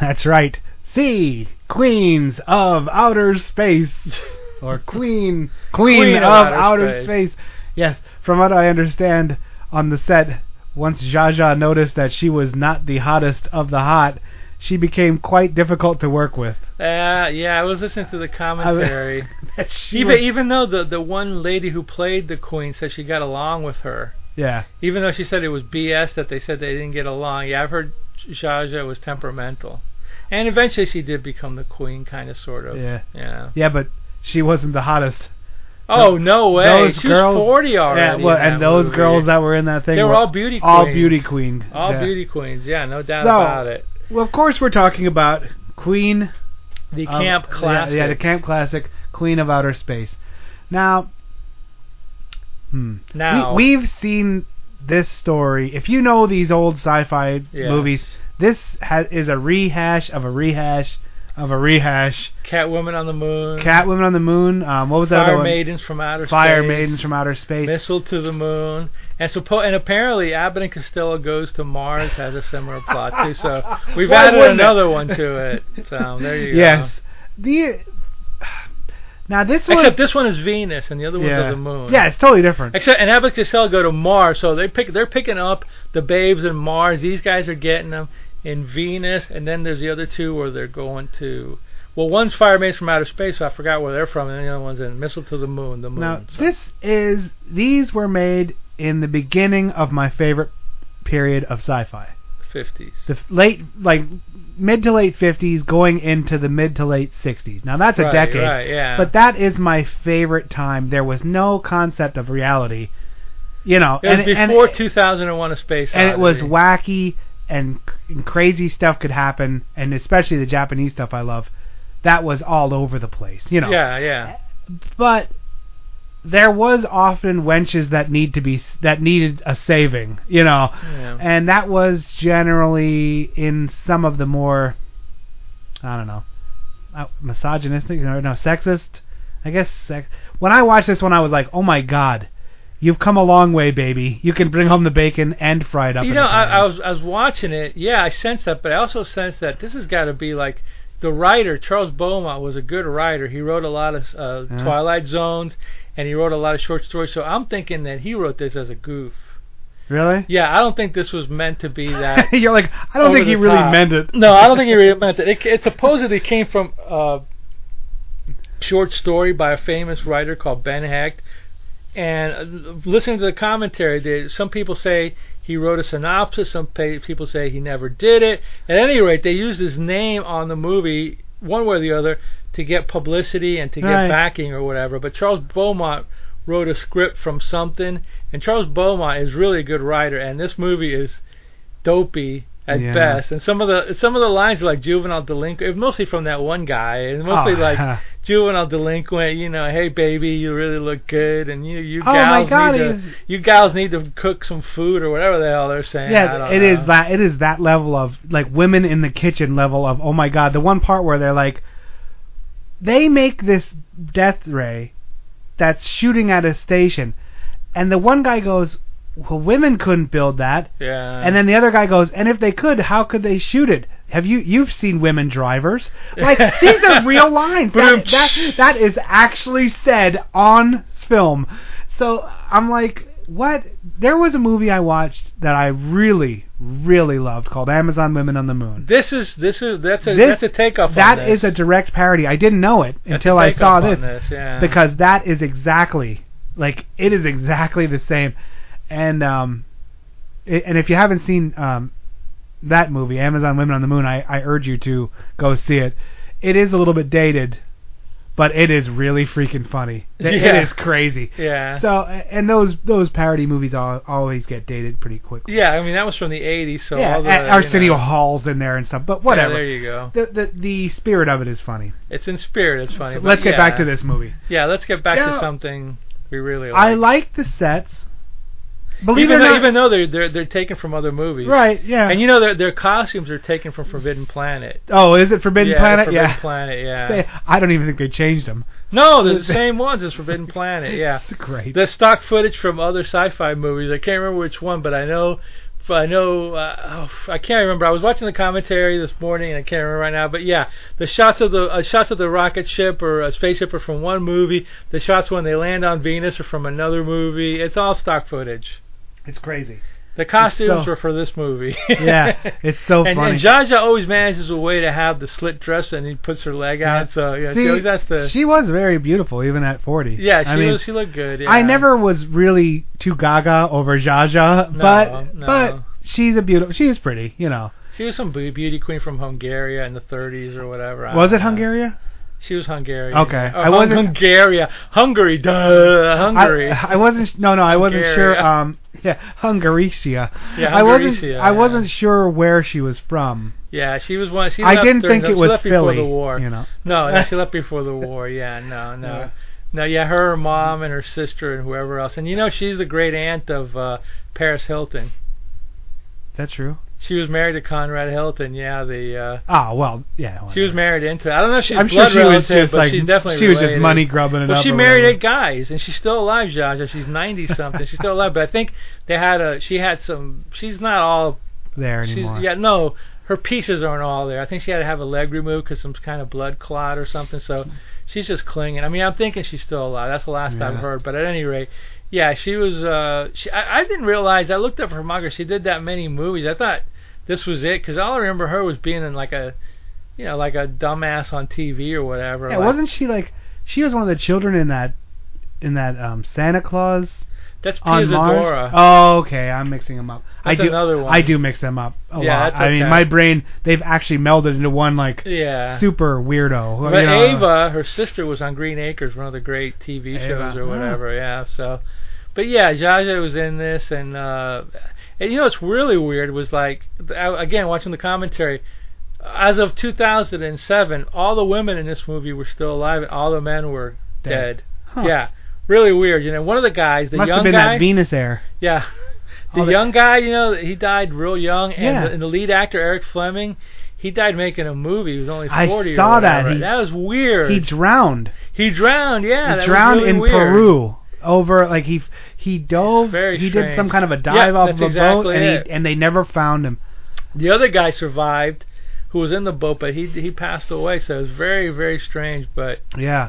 That's right. See, Queens of Outer Space. or Queen, Queen, Queen of, of Outer, Outer space. Yes, from what I understand, on the set, once Zsa Zsa noticed that she was not the hottest of the hot, she became quite difficult to work with. Uh, yeah, I was listening to the commentary. [LAUGHS] That she even was- even though the the one lady who played the queen said she got along with her, yeah, even though she said it was BS that they said they didn't get along. Yeah, I've heard Zsa Zsa was temperamental, and eventually she did become the queen, kind of, sort of. Yeah. Yeah. yeah, but she wasn't the hottest. Oh no way! those she girls, was forty already. Yeah, well, and in that those movie. girls that were in that thing They were were all beauty all queens. beauty queen. all Yeah. beauty queens. Yeah, no doubt So- about it. Well, of course, we're talking about Queen The of- camp um, yeah, classic. Yeah, the camp classic, Queen of Outer Space. Now, hmm, Now we, we've seen this story. If you know these old sci-fi Yes. movies, this ha- is a rehash of a rehash of a rehash. Catwoman on the moon. Catwoman on the Moon. Um, what was that other Fire one? maidens from outer Fire space. Maidens from Outer Space. Missile to the moon, and suppo- and apparently Abbott and Costello goes to Mars has a similar plot too. [LAUGHS] So we've Why added wouldn't it? another one to it. So there you [LAUGHS] go. yes. The now this was Except this one is Venus, and the other one's yeah. of the moon. Yeah, it's totally different. Except and Abbott and Costello go to Mars, so they pick they're picking up the babes in Mars. These guys are getting them in Venus, and then there's the other two where they're going to. Well, one's Fire Maidens from Outer Space, so I forgot where they're from, and the other one's in Missile to the Moon. The Moon. Now, so. this is these were made in the beginning of my favorite period of sci-fi. 50s. The f- late like mid to late 50s going into the mid to late 60s. Now that's a Right, decade. right, yeah. But that is my favorite time. There was no concept of reality. You know, It was and and- before 2001: A Space and it was Odyssey. wacky and, and crazy stuff could happen and especially the Japanese stuff I love. That was all over the place, you know Yeah, yeah. but there was often wenches that need to be that needed a saving, you know, Yeah. and that was generally in some of the more, I don't know, uh, misogynistic or no sexist, I guess. Sex. When I watched this one, I was like, oh my god, you've come a long way, baby. You can bring home the bacon and fry it up. You in know, a I, pan." I was I was watching it. Yeah, I sense that, but I also sense that this has got to be like the writer Charles Beaumont was a good writer. He wrote a lot of uh, Uh-huh. Twilight Zones, and he wrote a lot of short stories. So I'm thinking that he wrote this as a goof. really. Yeah, I don't think this was meant to be [LAUGHS] that. You're like, I don't over think the he really top. meant it. No, I don't think he really meant it. It, it supposedly came from a short story by a famous writer called Ben Hecht. And uh, listening to the commentary, there, some people say he wrote a synopsis. Some pa- people say he never did it. At any rate, they used his name on the movie, one way or the other, to get publicity and to get Right. backing or whatever. But Charles Beaumont wrote a script from something, and Charles Beaumont is really a good writer. And this movie is dopey at Yeah. best. And some of the some of the lines are like juvenile delinquent, mostly from that one guy, and mostly [LAUGHS] Oh, [LAUGHS] like juvenile delinquent. You know, hey baby, you really look good, and you you Oh, my gals God, need to he's- you gals need to cook some food or whatever the hell they're saying. I Yeah, don't it know. is that it is that level of like women in the kitchen level of oh my god, the one part where they're like they make this death ray that's shooting at a station and the one guy goes, "Well, women couldn't build that." Yeah. And then the other guy goes, "And if they could, how could they shoot it?" Have you you've seen women drivers? [LAUGHS] Like these are real lines. That, that that is actually said on film. So I'm like, what? There was a movie I watched that I really really loved called Amazon Women on the Moon. This is this is that's a This- that's a takeoff. That on is this. a direct parody. I didn't know it That's a until I saw takeoff this on this, yeah. because that is exactly like it is exactly the same. And um, i and if you haven't seen um, that movie, Amazon Women on the Moon, I, I urge you to go see it. It is a little bit dated, but it is really freaking funny. It- Yeah. It is crazy. yeah. So a- and those those parody movies al always get dated pretty quickly. yeah, I mean that was from the 80s, so yeah. all the, a- you Arsenio know, Hall's in there and stuff, but yeah, whatever. there you go. the, the the spirit of it is funny. It's in spirit. It's funny. So but let's get yeah. back to this movie. Yeah, let's get back Now- to something we really like. I like the sets. Believe it even or though, not, even though they're they're they're taken from other movies, right? Yeah. And you know their their costumes are taken from Forbidden Planet. oh, is it Forbidden yeah, Planet? Forbidden yeah. Planet. [LAUGHS] Yeah. They- I don't even think they changed them. [LAUGHS] no, they're the same ones as Forbidden Planet. Uh, Yeah. It's great. The stock footage from other sci-fi movies. I can't remember which one, but I know But I know uh, oh, I can't remember. I was watching the commentary this morning, and I can't remember right now. But yeah, the shots of the uh, shots of the rocket ship or a spaceship are from one movie. The shots when they land on Venus are from another movie. It's all stock footage. It's crazy. The so- costumes were for this movie. [LAUGHS] Yeah, it's so and, funny. And Zsa Zsa always manages a way to have the slit dress, and he puts her leg out. So yeah, See, she always has the. she was very beautiful even at 40. yeah, she I mean, was, she looked good. I yeah. never was really too gaga over Jaja, No, but no. but she's a beautiful. She's pretty, you know. She was some be- beauty queen from Hungary in the 30s or whatever. I Was don't it know. Hungary? She was Hungarian. Okay. Or I Hung- wasn't- Hungary. Hungary. Duh. Hungary. I, I wasn't. No, no, I wasn't Hungary. sure. Um, [LAUGHS] yeah, Hungarysia. Yeah, I wasn't. Hungarysia, I yeah. wasn't sure where she was from. yeah, she was one. She I left didn't think during the- it she was left Philly. Before the war. You know. No, no, [LAUGHS] she left before the war. Yeah, no, no. Yeah. No, yeah, her mom and her sister and whoever else. And you know, she's the great aunt of uh, Paris Hilton. Is that true? She was married to Conrad Hilton. Yeah, the uh, Ah, well, yeah. she was whatever. married into. I don't know if she's I'm sure blood she relative, was just but like she's definitely she was just related. money grubbing it Well, up. she or married whatever. eight guys, and she's still alive, Jaja. She's ninety something. She's still alive, but I think they had a. She had some. She's not all. there She's, anymore. yeah, no, her pieces aren't all there. I think she had to have a leg removed because some kind of blood clot or something. So she's just clinging. I mean, I'm thinking she's still alive. That's the last I've Yeah. heard. But at any rate, yeah, she was. uh she, I, I didn't realize. I looked up her filmography. She did that many movies. I thought this was it because all I remember her was being in like a. You know, like a dumbass on TV or whatever. Yeah, like- wasn't she like? She was one of the children in that in that um Santa Claus That's Pia on Mars. Zadora. Oh, okay, I'm mixing them up. That's I do. another one. I do mix them up a Yeah, lot. that's I mean, okay. my brain they've actually melded into one like Yeah. super weirdo. who- But you know, Ava, her sister, was on Green Acres, one of the great TV Ava, shows oh. or whatever. Yeah. So, but yeah, Jaja was in this, and uh, and you know what's really weird was like I, again watching the commentary. As of 2007, all the women in this movie were still alive, and all the men were Dead. dead. Huh. Yeah, really weird. You know, one of the guys, the must young have been guy, that Venus air. yeah. The All the- young guy, you know, he died real young, and, Yeah. the, and the lead actor Eric Fleming, he died making a movie. He was only I forty. saw or that. whatever. He- that was weird. He drowned. He drowned. Yeah, he that drowned was really in weird. Peru over like he he dove. very he did strange. some kind of a Yeah, dive off that's of a boat, exactly and it. he and they never found him. The other guy survived, who was in the boat, but he he passed away. So it was very very strange. But Yeah,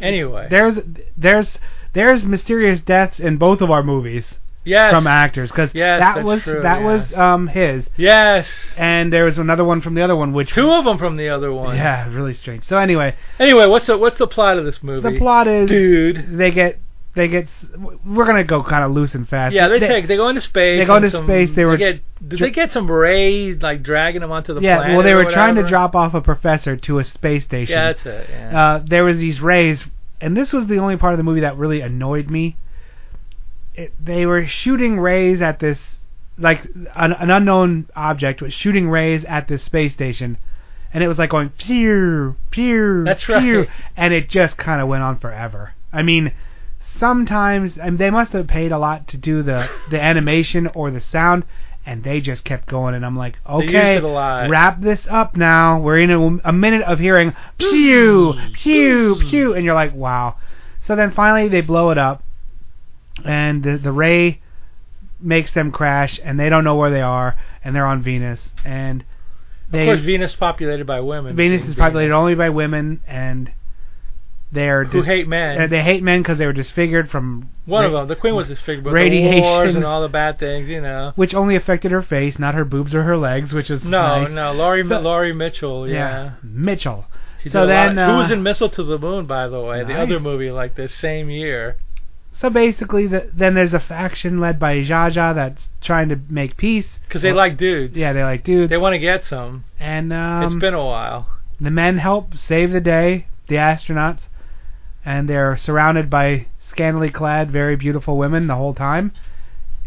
anyway, there's there's there's mysterious deaths in both of our movies yes, from actors because Yes, that that's was true, that yeah. was um his. yes, and there was another one from the other one, which two of them from the other one. yeah, really strange. So anyway, Anyway, what's the what's the plot of this movie? the plot is dude. they get they get s- we're gonna go kind of loose and fast. Yeah, they, take they go into space. they go and into some- space, they were get did they get some ray like dragging them onto the yeah. planet? Well, they or were trying to whatever? drop off a professor to a space station. Yeah, that's it. Yeah. uh, there was these rays, and this was the only part of the movie that really annoyed me. It, they were shooting rays at this, like an, an unknown object was shooting rays at this space station, and it was like going pew pew That's pew, right. and it just kind of went on forever. I mean, sometimes I mean, they must have paid a lot to do the the animation or the sound. And they just kept going, and I'm like, used okay, it a lot. wrap this up now. We're in a, a minute of hearing pew, pew, pew, and you're like, wow. So then finally they blow it up, and the, the ray makes them crash, and they don't know where they are, and they're on Venus, and of they course, Venus populated by women. Venus Being is populated only by women, and they're Who hate men. uh, They hate men because they were disfigured from One of ra- them, the queen was disfigured by Radiation. the wars and all the bad things, you know. which only affected her face, not her boobs or her legs, which is No, nice. no, Laurie, So- Laurie Mitchell, yeah. Mitchell. She So did a lot- then, who uh, was in Missile to the Moon, by the way, the other Nice. movie like this same year. So basically, the, then there's a faction led by Jaja that's trying to make peace. Because they like dudes. Yeah, they're like, dude. They want to get some. and um, it's been a while. the men help save the day, the astronauts, and they're surrounded by scantily clad, very beautiful women the whole time.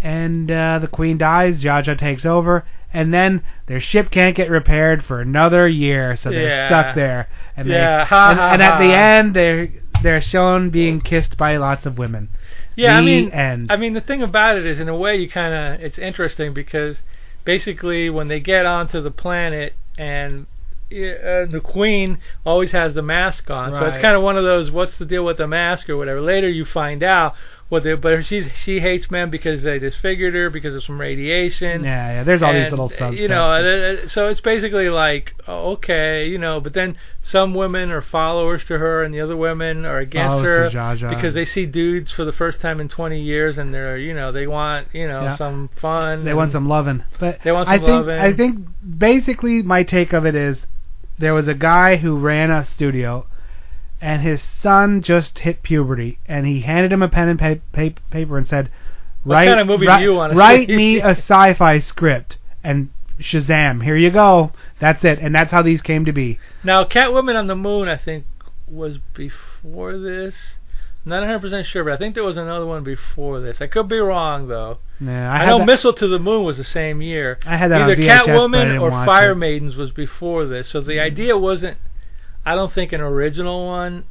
And uh, the queen dies, Jaja takes over, and then their ship can't get repaired for another year, so they're Yeah. stuck there. And Yeah, they, ha, and, ha, and at the ha. end, they're they're shown being kissed by lots of women. Yeah, I The mean, end. I mean, the thing about it is, in a way, you kind of it's interesting because basically, when they get onto the planet, and uh, the queen always has the mask on, so Right. it's kind of one of those, what's the deal with the mask or whatever. Later, you find out what they but she's she hates men because they disfigured her because of some radiation. Yeah, yeah. There's all these And, little uh, subsets. You know, uh, uh, so it's basically like oh, okay, you know, but then some women are followers to her, and the other women are against Followers to her Oh, Zsa Zsa. because they see dudes for the first time in 20 years, and they're you know they want you know Yeah. some fun. They want and- some loving. But They want I some think lovin'. I think basically my take of it is there was a guy who ran a studio and his son just hit puberty and he handed him a pen and pa- pa- paper and said write kind of movie write, do you wanna write see?" [LAUGHS] me a sci-fi script and Shazam here you go that's it and that's how these came to be Now, Catwoman on the Moon, I think, was before this. I'm not 100% sure, but I think there was another one before this. I could be wrong, though. yeah, I, had know that- Missile to the Moon was the same year. I had that on Either VHS, but I Catwoman didn't or watch Fire it. Maidens was before this. So the idea wasn't, I don't think, an original one.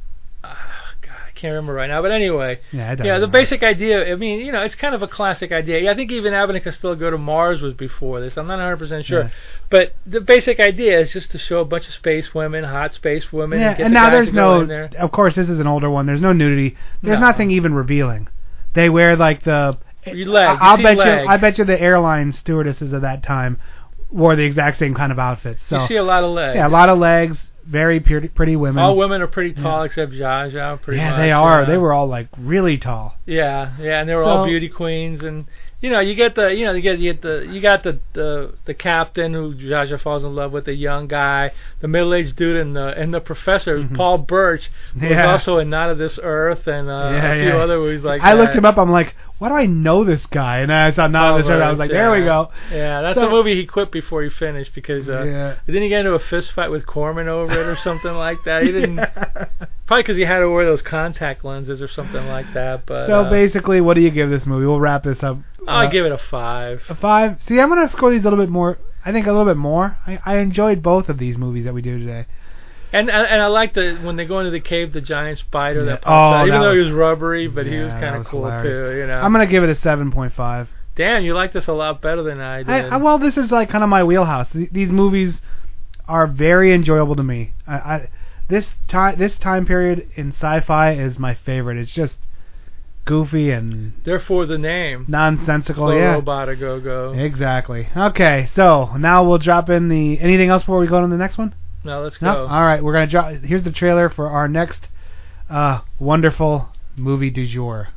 Ah, God, I can't remember right now. But anyway, yeah, I don't yeah, the remember. basic idea, I mean, you know, it's kind of a classic idea. Yeah, I think even Abbott and Costello Go to Mars was before this. I'm not 100% sure. Yeah. But the basic idea is just to show a bunch of space women, hot space women. yeah, and, get and the now guys there's to go no in there. of course this is an older one there's no nudity there's No. nothing even revealing they wear like the Your leg. I- You I'll see bet leg. you. I bet you the airline stewardesses of that time wore the exact same kind of outfits. So You see a lot of legs. yeah, a lot of legs, very pretty, pretty women. All women are pretty tall except Zsa Zsa, pretty yeah, much. they are. yeah. They were all like really tall. Yeah, yeah, and they were all So- beauty queens, and you know, you get the, you know, you get, you get the, you got the, the, the captain who Zsa Zsa falls in love with, the young guy, the middle-aged dude, and the, and the professor, Paul Birch, who was Mm-hmm. Yeah. also in Not of This Earth, and uh, Yeah, a few yeah. other movies like I that. looked him up. I'm like, why do I know this guy? And I saw not on the Paul show. and I was Birch, like, there we yeah. go. Yeah, that's So- the movie he quit before he finished because uh, Yeah. didn't he get into a fist fight with Corman over it or something like that? [LAUGHS] He didn't. [LAUGHS] Probably because he had to wear those contact lenses or something like that. But So uh, basically, what do you give this movie? We'll wrap this up. I'll Uh, give it a five. a five. See, I'm gonna score these a little bit more. I think a little bit more. I, I enjoyed both of these movies that we do today. And and, and I like the when they go into the cave, the giant spider Yeah. that pops Oh, out. Even that though he was- was rubbery, but he Yeah, was that kind of was cool hilarious. too. You know. I'm gonna give it a 7.5. Damn, you like this a lot better than I did. I, I, well, this is like kind of my wheelhouse. Th- These movies are very enjoyable to me. I, I this time this time period in sci-fi is my favorite. It's just goofy and Therefore, the name. nonsensical. Slow yeah, Robot a Go Go. exactly. Okay, so now we'll drop in the anything else before we go on to the next one. Now let's No. go. All right, we're gonna drop. Here's the trailer for our next uh, wonderful movie du jour.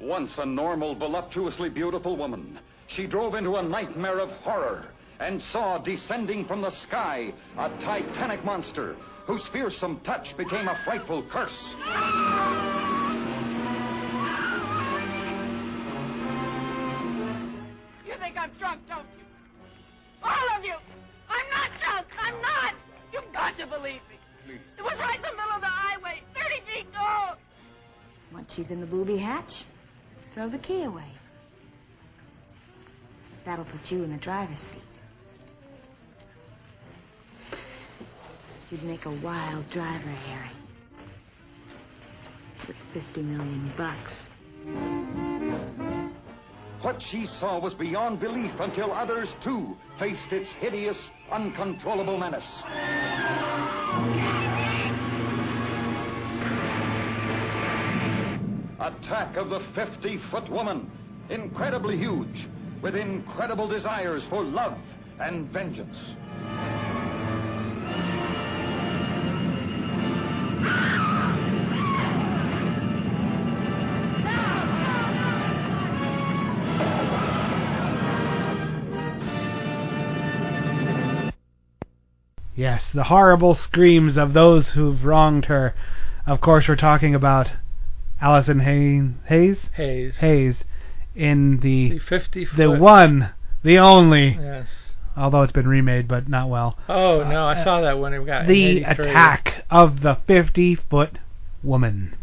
Once a normal, voluptuously beautiful woman, she drove into a nightmare of horror and saw descending from the sky a titanic monster whose fearsome touch became a frightful curse. You think I'm drunk, don't you? All of you! I'm not drunk! I'm not! You've got to believe me. Please. It was right in the middle of the highway, 30 feet tall. Once she's in the booby hatch, throw the key away. That'll put you in the driver's seat. You'd make a wild driver, Harry. With 50 million bucks. What she saw was beyond belief until others, too, faced its hideous, uncontrollable menace. Attack of the 50 foot woman, incredibly huge, with incredible desires for love and vengeance. Yes, the horrible screams of those who've wronged her. Of course, we're talking about Allison Haynes, Hayes, Hayes. Hayes, in The the 50 foot. the one, the only. Yes. Although it's been remade, but not well. Oh no, Uh, I saw that when it got in The 83. attack of the 50-foot woman.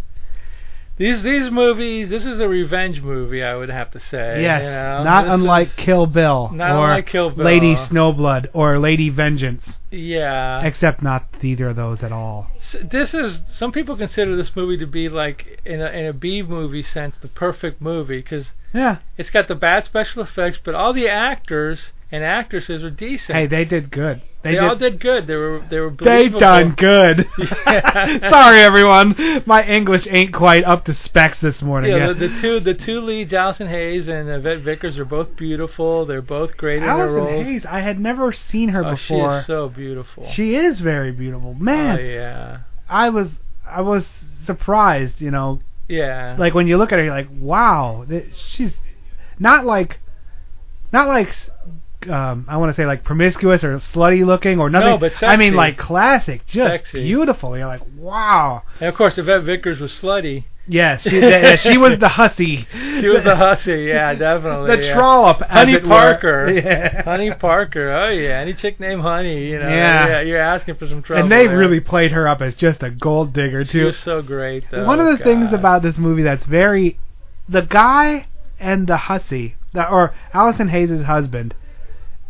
These these movies, this is a revenge movie, I would have to say. Yes, you know? not This unlike is- Kill Bill not or unlike Kill Bill. Lady Snowblood or Lady Vengeance, yeah. except not either of those at all. S- this is some people consider this movie to be like in a in a B movie sense the perfect movie because Yeah. it's got the bad special effects, but all the actors and actresses are decent. Hey, they did good. They, They did, all did good. They were they were They believable. done good. [LAUGHS] [LAUGHS] Yeah. Sorry, everyone. My English ain't quite up to specs this morning. Yeah, Yeah, The, the two the two leads, Allison Hayes and Yvette Vickers, are both beautiful. They're both great in their Allison roles. Hayes. I had never seen her oh, before. she is so beautiful. She is very beautiful, man. oh yeah, I was, I was surprised. You know, yeah. like when you look at her, you're like, wow, th- she's not like, not like, s- um, I want to say like promiscuous or slutty looking or nothing. No, but I mean sexy. like classic, just Sexy. beautiful. You're like, wow. and of course, Yvette Vickers was slutty. Yes, [LAUGHS] she, yeah, she was the hussy. She was the hussy. [LAUGHS] Yeah, definitely. The yeah. trollop, as Honey it were. Parker. [LAUGHS] Yeah. [LAUGHS] Honey Parker. Oh yeah, any chick named Honey, you know. Yeah. you're asking for some trouble. And they there. really played her up as just a gold digger She too. was so great. Though. One of the Oh, God. things about this movie that's very, the guy and the hussy, the, or Allison Hayes' husband,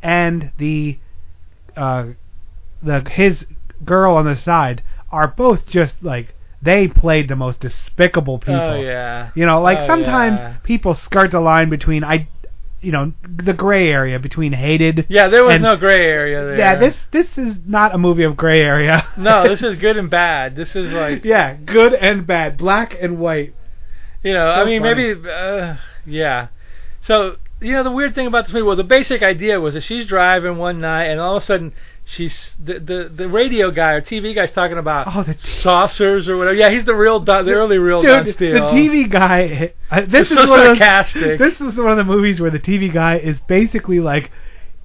and the, uh, the his girl on the side are both just like they played the most despicable people. Oh yeah. You know, like Oh, sometimes yeah. people skirt the line between I, you know, the gray area between hated. Yeah, there was and- no gray area there. Yeah, this this is not a movie of gray area. [LAUGHS] No, this is good and bad. This is like yeah, good and bad, black and white. you know, So I mean, funny. maybe, uh, yeah. So you know, the weird thing about this movie, well, the basic idea was that she's driving one night, and all of a sudden, she's the the, the radio guy or TV guy's talking about Oh, the saucers or whatever. Yeah, he's the real Don, the early real Dude, Don the Steele. TV guy. [LAUGHS] I- This It's is so one of those- sarcastic. this is one of the movies where the TV guy is basically like,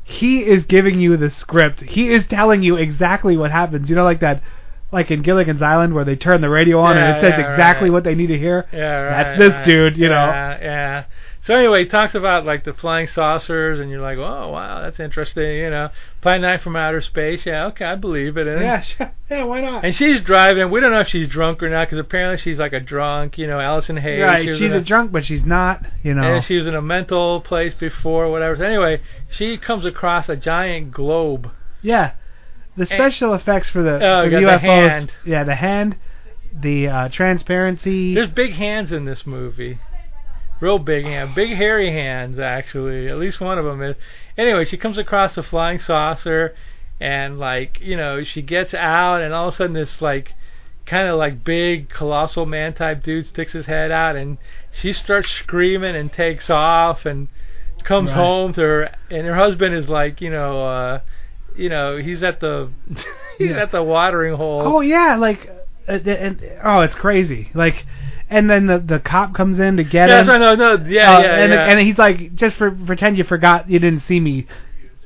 he is giving you the script. He is telling you exactly what happens. You know, like that, like in Gilligan's Island where they turn the radio on and Yeah, it says yeah, exactly right. what they need to hear. Yeah, right. That's this right. dude, you know. Yeah, yeah. So anyway, he talks about like the flying saucers, and you're like, oh wow, that's interesting, you know. Planet Nine from Outer Space, yeah, okay, I believe it. And Yeah, sure. yeah. Why not? And she's driving. We don't know if she's drunk or not because apparently she's like a drunk. You know, Allison Hayes. right. she was She's in a drunk, but she's not. You know. And she was in a mental place before, whatever. So anyway, she comes across a giant globe. Yeah, the special effects for the, Oh, for you the UFOs. got the hand. Yeah, the hand, the uh, transparency. There's big hands in this movie. Real big hand, big hairy hands actually. At least one of them is. Anyway, she comes across a flying saucer, and like you know, she gets out, and all of a sudden this like kind of like big colossal man type dude sticks his head out, and she starts screaming and takes off and comes Right. home to her, and her husband is like you know, uh, you know, he's at the [LAUGHS] he's Yeah. at the watering hole. oh yeah, like, uh, th- and, oh, it's crazy. Like, and then the the cop comes in to get yeah, him. that's right, no, no, yeah, uh, yeah, and, yeah. and he's like, just for, pretend you forgot, you didn't see me,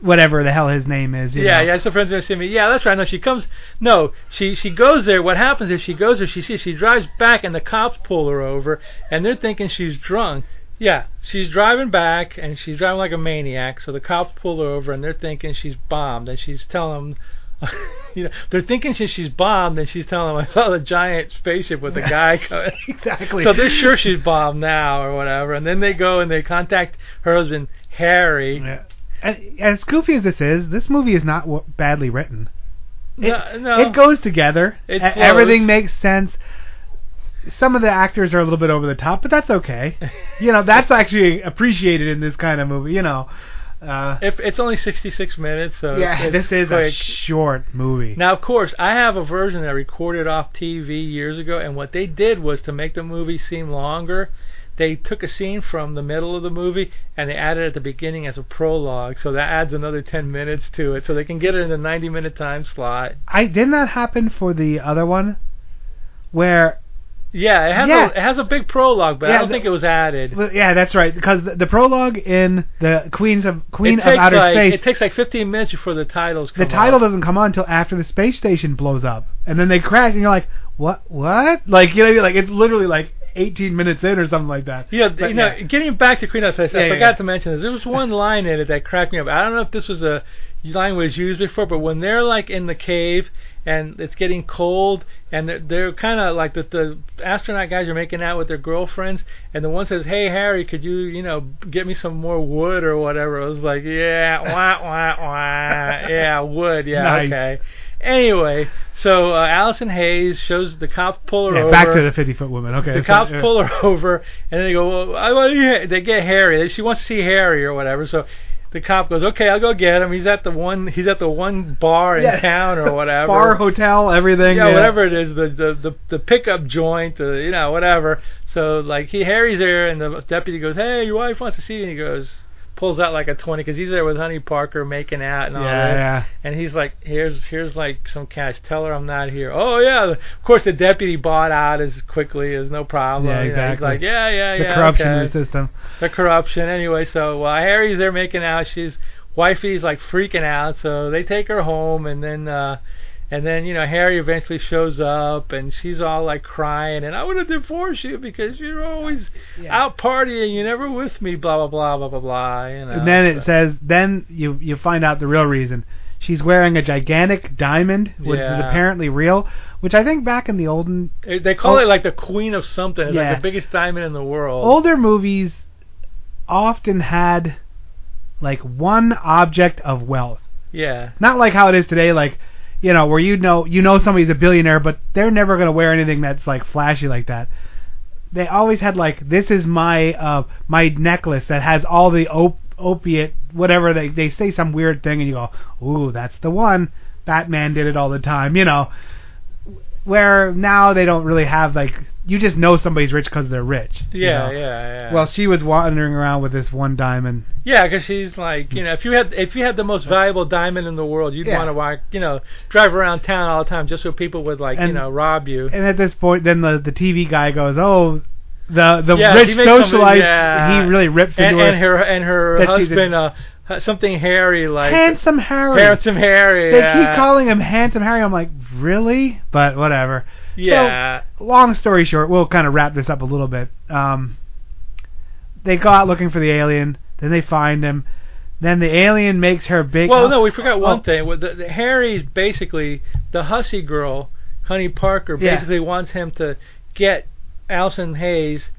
whatever the hell his name is. you Yeah, know. yeah, it's a friend of see me. E. Yeah, that's right. No, she comes. No, she she goes there. What happens is she goes there. She sees she drives back, and the cops pull her over, and they're thinking she's drunk. Yeah, she's driving back, and she's driving like a maniac. So the cops pull her over, and they're thinking she's bombed, and she's telling [LAUGHS] them. You know, they're thinking she, she's bombed, and she's telling them, "I saw the giant [LAUGHS] spaceship with a guy coming." [LAUGHS] Exactly. So they're sure she's bombed now, or whatever. And then they go and they contact her husband Harry. [LAUGHS] Yeah. And As goofy as this is, this movie is not w- badly written. It, no, no. it goes together. It E- flows. Everything makes sense. Some of the actors are a little bit over the top, but that's [LAUGHS] okay. you know, that's actually appreciated in this kind of movie. You know, uh, If it's only 66 minutes, so yeah, it's this is a quick. short movie. now, of course, I have a version that I recorded off TV years ago, and what they did was to make the movie seem longer. They took a scene from the middle of the movie and they added it at the beginning as a prologue, so that adds another 10 minutes to it, so they can get it in the 90-minute time slot. I didn't that happen for the other one, where Yeah, it has Yeah. a it has a big prologue, but I Yeah, don't the- think it was added. well, yeah, that's right, because the, the prologue in the Queens of Queen it of takes Outer like Space, it takes like 15 minutes before the titles the come. title up. doesn't come on until after the space station blows up, and then they crash, and you're like, what, what? Like you know, you're like it's literally like 18 minutes in or something like that. Yeah, But you know, yeah. getting back to Queen of Face, Yeah, I yeah, forgot yeah. to mention this. There was one line in it that cracked me up. I don't know if this was a line was used before, but when they're like in the cave and it's getting cold and they're, they're kind of like the, the astronaut guys are making out with their girlfriends, and the one says, "Hey Harry, could you you know get me some more wood or whatever?" I was like, "Yeah, [LAUGHS] wah wah wah, yeah wood, yeah Nice. okay." Anyway, so uh, Allison Hayes shows the cop pull her Yeah, over. back to the 50 foot woman. Okay. The that's- cops yeah. pull her [LAUGHS] over, and they go, well, I want to hear-" they get Harry. She wants to see Harry or whatever. So the cop goes, okay, I'll go get him. He's at the one, he's at the one bar in Yes. town [LAUGHS] or whatever. Bar, hotel, everything. yeah, whatever it is, the the the, the pickup joint, the, you know, whatever. So like he Harry's there, and the deputy goes, hey, your wife wants to see you. And he goes, pulls out like a twenty because he's there with Honey Parker making out and all Yeah, that. yeah. And he's like, here's here's like some cash. Tell her I'm not here. Oh yeah, of course the deputy bought out as quickly as no problem. Yeah, You know, exactly. he's like, yeah, yeah, The yeah. corruption okay. in the system. The corruption. Anyway, so uh, Harry's there making out. She's wifey's like freaking out. So they take her home, and then. uh and then you know Harry eventually shows up, and she's all like crying, and I would have divorced you because you're always out partying, you're never with me, blah blah blah blah blah blah. You know. And then it so- says, then you you find out the real reason. She's wearing a gigantic diamond, which is Yeah. apparently real, which I think back in the olden It- They Oh. call it like the queen of something. It's Yeah. Oh. like the biggest diamond in the world. older movies often had like one object of wealth. Yeah. Not like how it is today, like you know, where you know you know somebody's a billionaire, but they're never gonna wear anything that's like flashy like that. They always had like this is my uh my necklace that has all the op- opiate whatever they they say some weird thing and you go ooh that's the one. Batman did it all the time, you know. Where now they don't really have like you just know somebody's rich because they're rich. you Yeah, know? yeah, yeah. Well, she was wandering around with this one diamond. yeah, because she's like, you know, if you had if you had the most valuable diamond in the world, you'd Yeah. want to walk, you know, drive around town all the time just so people would like, And- you know, rob you. And at this point, then the the TV guy goes, "Oh, the the yeah, rich she makes something- socialite." yeah. He really rips and, into and her. her and her That she's a- husband, uh, uh, something hairy like handsome Harry. handsome Harry. They yeah. keep calling him handsome Harry. I'm like, really? But whatever. Yeah. Long story short, we'll kind of wrap this up a little bit. Um, they go out looking for the alien. Then they find him. Then the alien makes her big. Well, no, we forgot one Oh. thing. Well, The, the Harry's basically the hussy girl, Honey Parker, Yeah. basically wants him to get Allison Hayes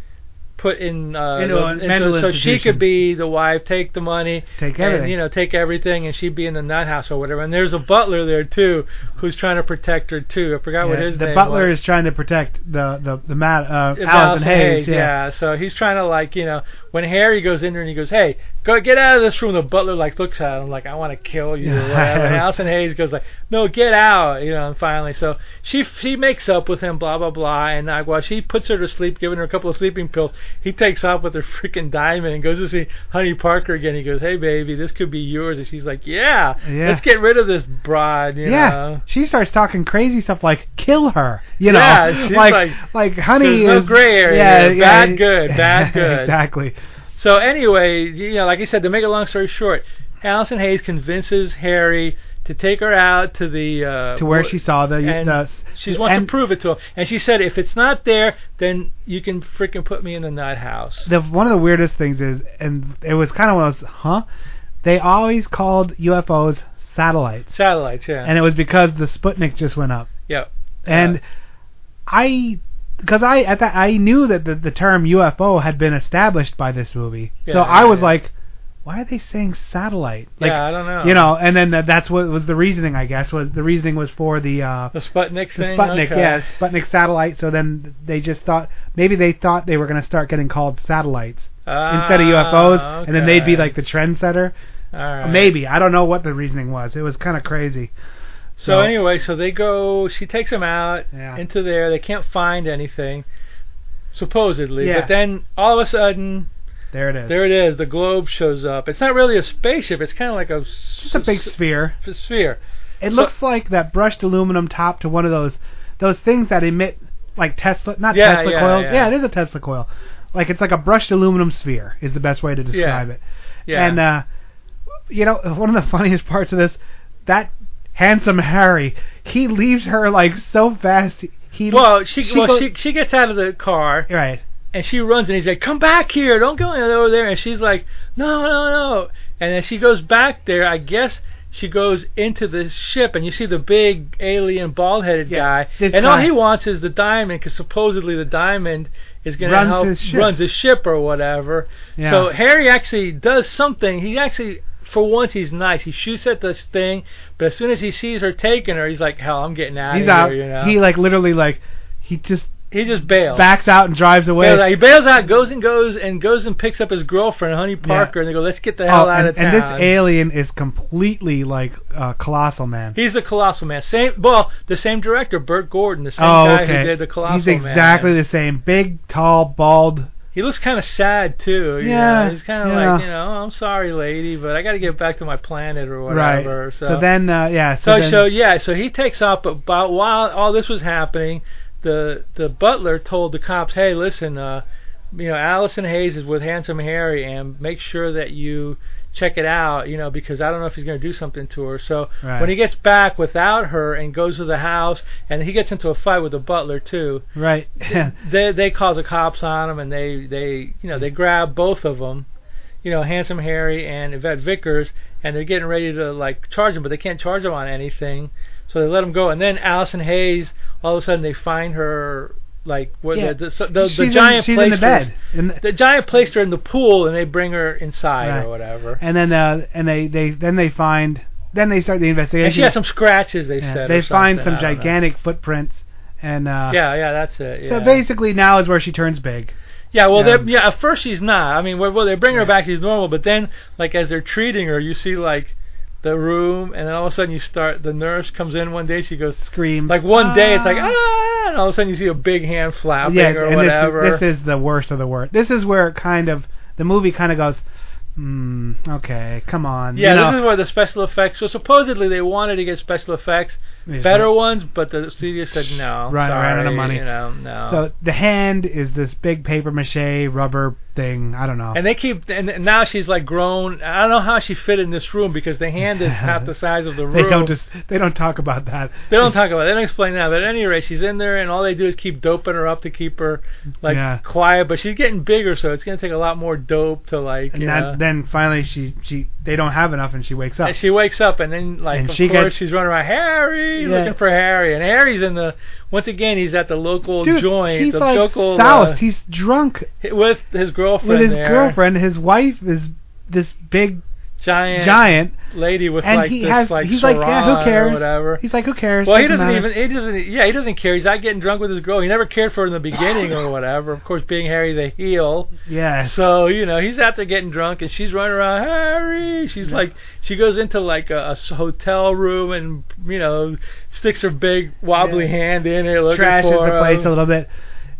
put in uh, Into the- a mental so she institution. could be the wife, take the money, Take everything. and, you know, take everything, and she'd be in the nut house or whatever. And there's a butler there too, who's trying to protect her too. I forgot what Yeah, his the name butler was. is trying to protect the the the Matt uh, If Allison Hayes. yeah. So he's trying to like, you know, when Harry goes in there and he goes, "Hey, go get out of this room," the butler like looks at him like, "I want to kill you." Or [LAUGHS] whatever. and Allison Hayes goes like, "No, get out," you know. And finally, so she she makes up with him, blah blah blah, and like, while she puts her to sleep, giving her a couple of sleeping pills, he takes off with her freaking diamond and goes to see Honey Parker again. He goes, "Hey, baby, this could be yours," and she's like, "Yeah, Yeah. let's get rid of this broad," you Yeah, know. she starts talking crazy stuff like "kill her," you know, Yeah, she's like, like, like honey. "There's no is- gray area Yeah, here. yeah, Bad, good, [LAUGHS] bad, good." exactly. So anyway, you know, like I said, to make a long story short, Allison Hayes convinces Harry to take her out to the uh, To where wh- she saw the. and the she wants and to prove it to him, and she said, if it's not there, then you can freaking put me in the nut house. the one of the weirdest things is, and it was kind of one of those, huh? They always called UFOs satellites, Satellites, yeah, and it was because the Sputnik just went up. yeah, and I because I at that I knew that the, the term UFO had been established by this movie, so Yeah, I was yeah. like, why are they saying satellite? Like, yeah. I don't know. you know, and then that that's what was the reasoning. I guess was the reasoning was for the uh, the Sputnik the thing. Sputnik, okay. yeah, Sputnik satellite. So then they just thought maybe they thought they were going to start getting called satellites Ah, instead of UFOs, and then they'd be okay. like the trendsetter. All right. Maybe I don't know what the reasoning was. It was kind of crazy. So So- anyway, so they go. She takes him out Yeah. into there. They can't find anything, supposedly. Yeah. But then all of a sudden, There it is. There it is. The globe shows up. It's not really a spaceship. It's kind of like a just a big sphere. sphere. It So- looks like that brushed aluminum top to one of those those things that emit like Tesla, not Yeah, Tesla yeah, coils. yeah. it is a Tesla coil. Like it's like a brushed aluminum sphere is the best way to describe it. Yeah. And uh you know, one of the funniest parts of this, that handsome Harry, he leaves her like so fast. He well, she, well goes- she she gets out of the car right. and she runs and he's like, "Come back here! Don't go over there!" And she's like, "No, no, no!" And then she goes back there. I guess she goes into this ship, and you see the big alien bald-headed Yeah, guy, this and all guy. he wants is the diamond, because supposedly the diamond is going to Runs help his ship. runs his ship or whatever. Yeah. So Harry actually does something. He actually, for once, he's nice. He shoots at this thing, but as soon as he sees her taking her, he's like, "Hell, I'm getting out He's of out. here." You know? He like literally like he just he just bails. backs out and drives away. Bails out. He bails out, goes and goes and goes and picks up his girlfriend, Honey Parker, and they go, "Let's get the hell Oh, out and, of town." and this alien is completely like uh, colossal man. He's the Colossal Man. Same, well, the same director, Burt Gordon, the same oh, guy okay. who did the Colossal He's exactly Man. the same. Big, tall, bald. He looks kind of sad too. you Yeah, know? he's kind of yeah. like, you know, "Oh, I'm sorry, lady, but I got to get back to my planet or whatever. Right. So, then, uh, yeah. So, so, then, so yeah, so he takes off. But about while all this was happening, the the butler told the cops, "Hey, listen, uh, you know, Allison Hayes is with Handsome Harry, and make sure that you check it out, you know, because I don't know if he's going to do something to her." So Right. when he gets back without her and goes to the house, and he gets into a fight with the butler too. right. [LAUGHS] [LAUGHS] They they call the cops on him, and they they you know they grab both of them, you know, Handsome Harry and Yvette Vickers, and they're getting ready to like charge him, but they can't charge him on anything, so they let him go. And then Allison Hayes, all of a sudden, they find her like where Yeah. the the, so- the, she's the giant in, she's in placed the bed. Her, In the- the giant placed her in the pool, and they bring her inside Right. or whatever. and then, uh, and they, they, then they find, then they start the investigation. And she has some scratches. They Yeah, said they or find something, some I don't know. gigantic footprints, and uh, Yeah, yeah, that's it. Yeah. So basically, now is where she turns big. Yeah, well, Yeah. they're yeah. At first, she's not. I mean, well, well, they bring her back, she's normal. But then, like as they're treating her, you see like the room, and then all of a sudden you start. The nurse comes in one day. She goes Screams. like one day, it's like "Ah." ah, and all of a sudden you see a big hand flapping yeah, or and whatever. This, this is the worst of the worst. This is where it kind of the movie kind of goes, mm, okay, come on. yeah, you this know, is where the special effects. So supposedly they wanted to get special effects, Yeah. better ones, but the studio said no. Right, sorry, ran out of money. You know, no. So the hand is this big paper mache rubber thing. I don't know. and they keep and and now she's like grown. I don't know how she fit in this room because the hand is half the size of the [LAUGHS] room. they don't just they don't talk about that. They don't talk about. It. They don't explain that. But at any rate, she's in there, and all they do is keep doping her up to keep her like Yeah. quiet. But she's getting bigger, so it's gonna take a lot more dope to like. And you that, know. then finally she she they don't have enough and she wakes up. And she wakes up, and then like And of she course got- she's running around Harry Yeah. looking for Harry, and Harry's in the once again he's at the local Dude, joint, he's the like local soused. uh, he's drunk with his girlfriend with his there, girlfriend. His wife is this big giant, giant, lady with and like he this has like he's like yeah, sarong who or cares? whatever. He's like who cares? Well, he doesn't Doesn't matter. even. He doesn't. Yeah, he doesn't care. He's not getting drunk with his girl. He never cared for her in [LAUGHS] the beginning or whatever. Of course, being Harry the heel. Yeah. So you know he's out there getting drunk, and she's running around. Harry. She's like she goes into like a, a s- hotel room and you know sticks her big wobbly Yeah. hand in it looking trashes for the place him. a little bit.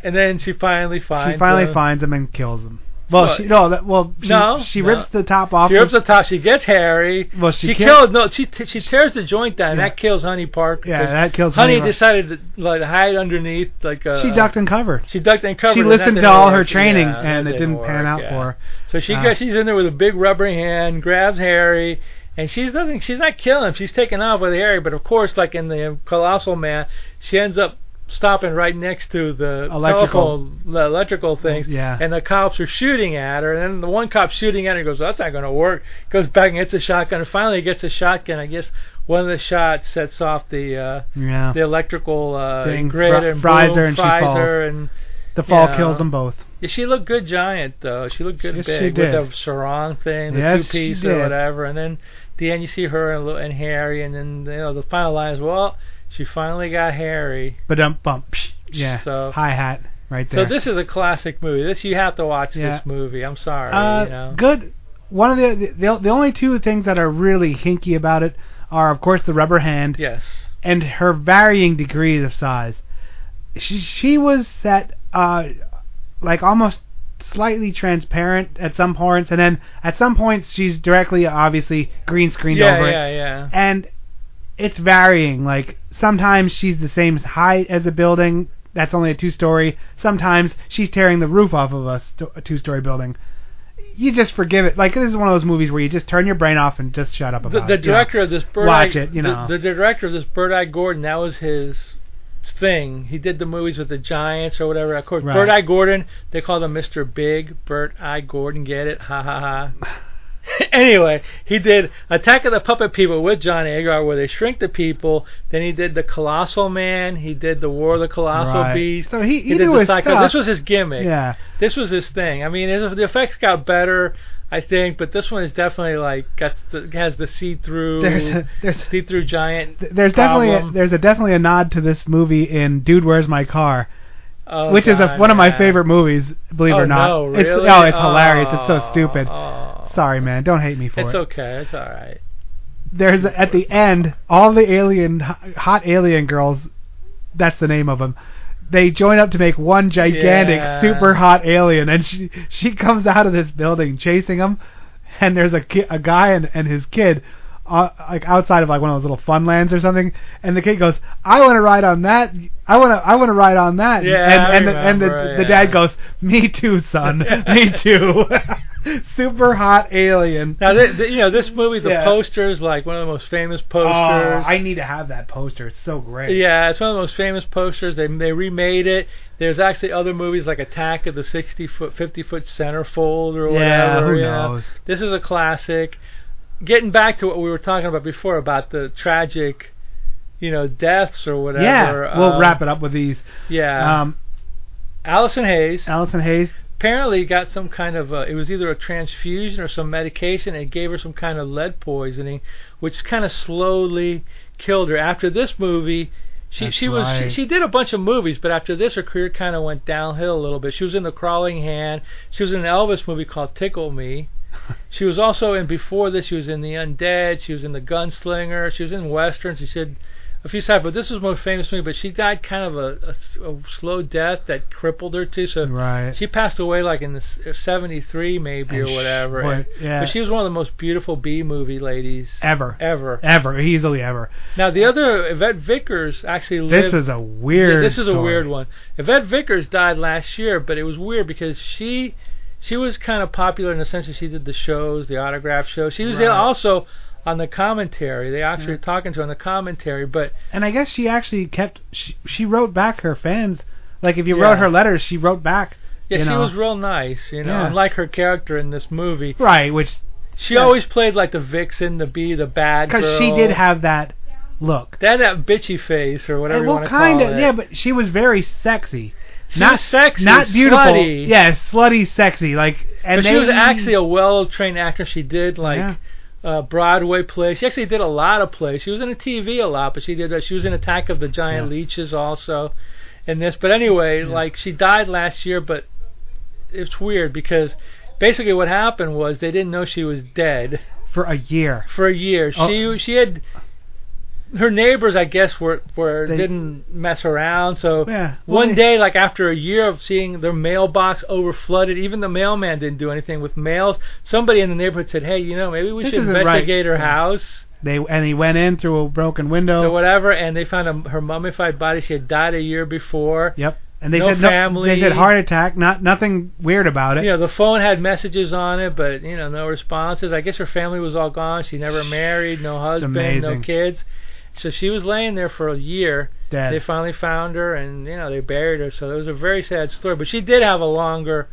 and then she finally finds. she finally him. finds him and kills him. Well, Well, she no, that, well, she, no, she no. rips the top off. She rips his- the top. She gets Harry. Well, she kills. No, she t- she tears the joint down. Yeah. That kills Honey Parker. Yeah, 'cause that kills Honey. Honey Parker. decided to like hide underneath like a. she ducked and covered. uh, She ducked and covered. She and listened that to didn't all her work. training, Yeah, and that it didn't didn't pan work, out yeah. for her. So she Uh, goes, she's in there with a big rubbery hand, grabs Harry, and she's doesn't she's not killing him. She's taking off with Harry, but of course, like in the Colossal Man, she ends up stopping right next to the Electrical. telephone, the electrical things. Yeah. And the cops are shooting at her, and then the one cop shooting at her goes, "That's not going to work." Goes back and gets a shotgun, and finally gets a shotgun. I guess one of the shots sets off the. uh Yeah, the electrical uh, Thing grid fri- and fries boom, her and she fries falls. her and the fall yeah. kills them both. yeah, she looked good giant though. She looked good Yes, big she did. with the sarong thing, the Yes, two piece she or did. whatever. And then at the end you see her and, Lo- and Harry, and then you know the final line is well, she finally got Harry. But um, bump. psh, Yeah, So- hi hat right there. So this is a classic movie. This you have to watch Yeah. this movie. I'm sorry. uh, you know. good. One of the, the the only two things that are really hinky about it are, of course, the rubber hand Yes. and her varying degrees of size. She, she was set uh, like almost slightly transparent at some points, and then at some points she's directly, obviously, green screened Yeah, over yeah, it. yeah. And it's varying. Like sometimes she's the same height as a building that's only a two-story. Sometimes she's tearing the roof off of a, sto- a two-story building. You just forgive it. Like this is one of those movies where you just turn your brain off and just shut up The, about the it. you know? director of this bird Watch Eye, it, you the- know. The, director of this Bird Eye Gordon, that was his thing. He did the movies with the Giants or whatever. Of course, Right. [LAUGHS] Bird Eye Gordon, they called him Mr. Big. Bert Eye Gordon, get it? Ha ha ha. anyway, he did Attack of the Puppet People with John Agar, where they shrink the people. Then he did the Colossal Man. He did the War of the Colossal Right. Beast. So he- he did knew the his stuff. This was his gimmick. Yeah. This was his thing. I mean, his, the effects got better, I think, but this one is definitely like got the, has the see through There's a- there's a- see through giant. Th- There's definitely a, problem. there's a definitely a nod to this movie in Dude Where's My Car, Oh, which is a, God, one of my yeah. favorite movies. Believe it Oh, or not, no, it's, really? oh, it's hilarious. It's so Oh, stupid. oh. Sorry, man. Don't hate me for It's it. okay. It's all right. There's at the end all the alien hot alien girls. That's the name of them. They join up to make one gigantic Yeah. super hot alien, and she she comes out of this building chasing them, and there's a ki- a guy and and his kid. Uh, like outside of like one of those little fun lands or something, and the kid goes, "I want to ride on that. I want to. I want to ride on that." Yeah, I and and the, and the, remember, the yeah. dad goes, "Me too, son. [LAUGHS] Me too." [LAUGHS] super hot alien. Now, th- th- you know, this movie, the Yeah. poster is like one of the most famous Oh, posters. I need to have that poster. It's so great. Yeah, it's one of the most famous posters. They they remade it. There's actually other movies like Attack of the 60 foot, 50 foot centerfold or whatever. Yeah, who you knows? This is a classic. Getting back to what we were talking about before about the tragic, you know, deaths or whatever. Yeah, we'll um, wrap it up with these. Yeah, Um, Allison Hayes Allison Hayes. apparently got some kind of uh it was either a transfusion or some medication and it gave her some kind of lead poisoning which kind of slowly killed her after this movie she That's she was right. she, she did a bunch of movies but after this her career kind of went downhill a little bit she was in the crawling hand she was in an elvis movie called tickle me she was also in before this she was in the undead she was in the gunslinger she was in westerns she did a few times but this was most famous movie but she died kind of a, a s- a slow death that crippled her too so Right. she passed away like in the s- uh, 73 maybe And or sh- whatever. boy, and- yeah. But she was one of the most beautiful B movie ladies Ever. ever. Ever. Easily ever. Now the other Yvette Vickers actually This lived is a weird. yeah, this is a story. weird one. Yvette Vickers died last year, but it was weird because she she was kind of popular in the sense that she did the shows, the autograph show. She was Right. also on the commentary. They actually were talking to her on the commentary, but And I guess she actually kept. She, she wrote back her fans. Like if you Yeah. wrote her letters, she wrote back. yeah, you she know. was real nice, you know, Yeah. unlike her character in this movie. right, which She Yeah. always played like the vixen, the bee, the bad because girl. she did have that look. They had that bitchy face or whatever Uh, you well, want to call kinda, it. yeah, but she was very sexy. She not was sexy, not beautiful. slutty. Yeah, slutty, sexy. Like, and But she they- was actually a well-trained actress. She did like Yeah. uh, Broadway plays. She actually did a lot of plays. She was in a TV a lot, but she did. Uh, she was in Attack of the Giant Yeah. Leeches also, in this. But anyway, like she died last year, but it's weird because basically what happened was they didn't know she was dead. for a year. for a year. Oh. She she had her neighbors, I guess, were were They- didn't mess around. So Yeah, well, one they- day, like after a year of seeing their mailbox over flooded, even the mailman didn't do anything with mails. Somebody in the neighborhood said, "Hey, you know, maybe we This should isn't right." investigate her Yeah. Oh. house They and he went in through a broken window. or whatever." And they found a, her mummified body. She had died a year before. Yep. And they No said family. They said heart attack. Not nothing weird about it. You know, the phone had messages on it, but you know, no responses. I guess her family was all gone. She never married, no husband, no amazing. kids. So she was laying there for a year. Dead. They finally found her, and you know, they buried her. So it was a very sad story. But she did have a longer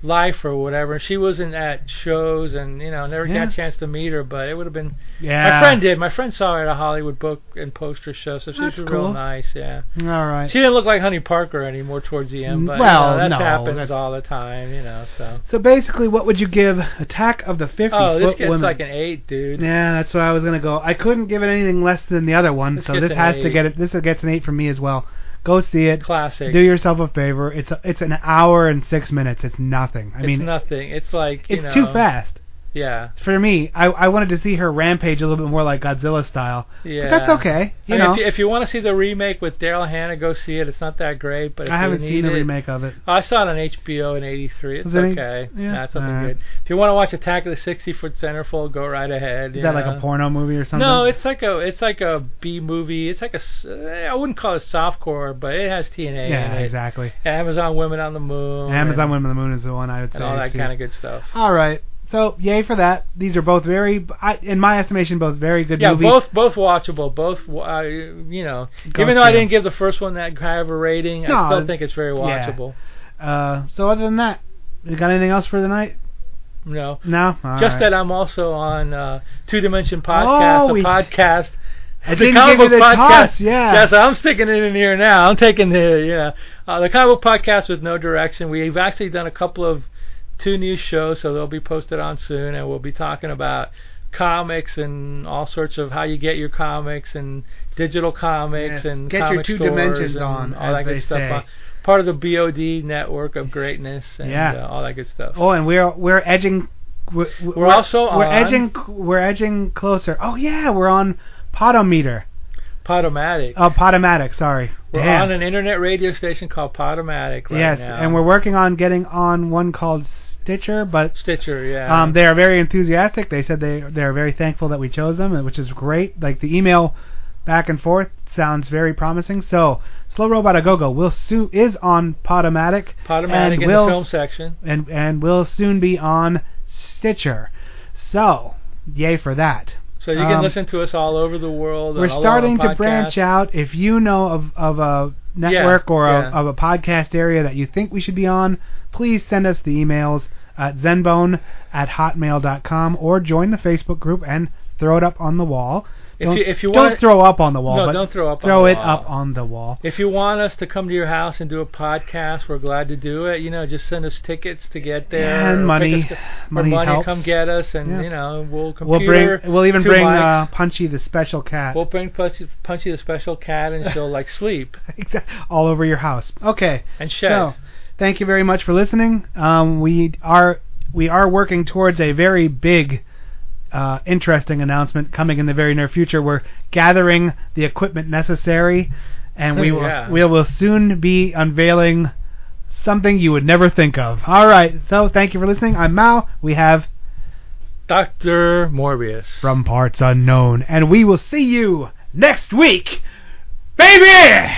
life or whatever. She wasn't at shows, and you know, never Yeah. got a chance to meet her. But it would have been. yeah. My friend did. My friend saw her at a Hollywood book and poster show. So she That's was real cool. nice. Yeah. All right. She didn't look like Honey Parker anymore towards the end, but Well, you know, that no, happens that's- all the time, you know. So. so basically, what would you give Attack of the 50 Oh, this Foot gets Women? like an eight, dude. yeah, that's what I was gonna go. I couldn't give it anything less than the other one, This so gets this an has to eight. get it. This gets an eight from me as well. Go see it. Classic. Do yourself a favor. It's a, it's an hour and six minutes. It's nothing. I it's mean, nothing. It's like you it's know, too fast Yeah, for me. I I wanted to see her rampage a little bit more like Godzilla style. yeah. But that's okay. I You mean, know, if you, if you want to see the remake with Daryl Hannah, go see it. It's not that great, but if I you haven't need seen the it- remake of it. Oh, I saw it on HBO in '83. It's Was it any- okay. yeah, That's something alright. good. If you want to watch Attack of the 60 Foot Centerfold, go right ahead. Is you that like know. a porno movie or something? No, it's like a it's like a B movie. It's like a s- eh, I wouldn't call it softcore, but it has TNA yeah, in it. exactly. Amazon Women on the Moon. Amazon and, Women of the Moon is the one I would say. and all that to- kind of good stuff. All right. So yay for that. These are both very, I, in my estimation, both very good Yeah, movies. both both watchable. Both, uh, you know, Go even though I see 'em. didn't give the first one that high of a rating, No, I still think it's very yeah. watchable. Uh, so other than that, you got anything else for the night? No. No, All Just right. that I'm also on uh, Two Dimension Podcast, Oh, the we- podcast. I the didn't comic give you book the podcast. toss, yeah. Yes, I'm sticking it in here now. I'm taking the yeah. Uh, the comic book podcast with no direction. We've actually done a couple of two new shows, so they'll be posted on soon, and we'll be talking about comics and all sorts of how you get your comics and digital Yes. comics and Get your comic two stores dimensions and on, all that as good they stuff. say. Uh, part of the BOD network of greatness and Yeah. uh, all that good stuff. Oh, and we're we're edging. We're, we're also we're on- edging we're edging closer. Oh yeah, we're on Podometer. Podomatic. Oh, Podomatic. Sorry. We're Damn. on an internet radio station called Podomatic right yes, now. and we're working on getting on one called Stitcher, but Stitcher, yeah. um, they are very enthusiastic. They said they they are very thankful that we chose them, which is great. Like the email back and forth sounds very promising. So Slow Robot A Go Go will soon is on Podomatic. Podomatic and in will the film section. and and will soon be on Stitcher. So, yay for that. So you can um, listen to us all over the world. and We're all over starting to podcasts. branch out. If you know of, of a network or a, yeah. of a podcast area that you think we should be on, please send us the emails at zenbone at hotmail.com or join the Facebook group and throw it up on the wall. If don't, you- if you don't wanna- throw up on the wall, No, but don't throw up on throw the it wall. up on the wall. If you want us to come to your house and do a podcast, we're glad to do it. You know, just send us tickets to get there. And or pick money. us- or Money money helps. come get us, and Yeah. you know, we'll We'll computer. bring. We'll even two bring uh, mics. Punchy the special cat. We'll bring Punchy, Punchy the special cat, and she'll like sleep [LAUGHS] all over your house. Okay. and shed. So, thank you very much for listening. Um, we are we are working towards a very big, uh, interesting announcement coming in the very near future. We're gathering the equipment necessary, and we will Yeah. we will soon be unveiling something you would never think of. All right. So thank you for listening. I'm Mal. We have Doctor Morbius. from parts unknown, and we will see you next week, baby.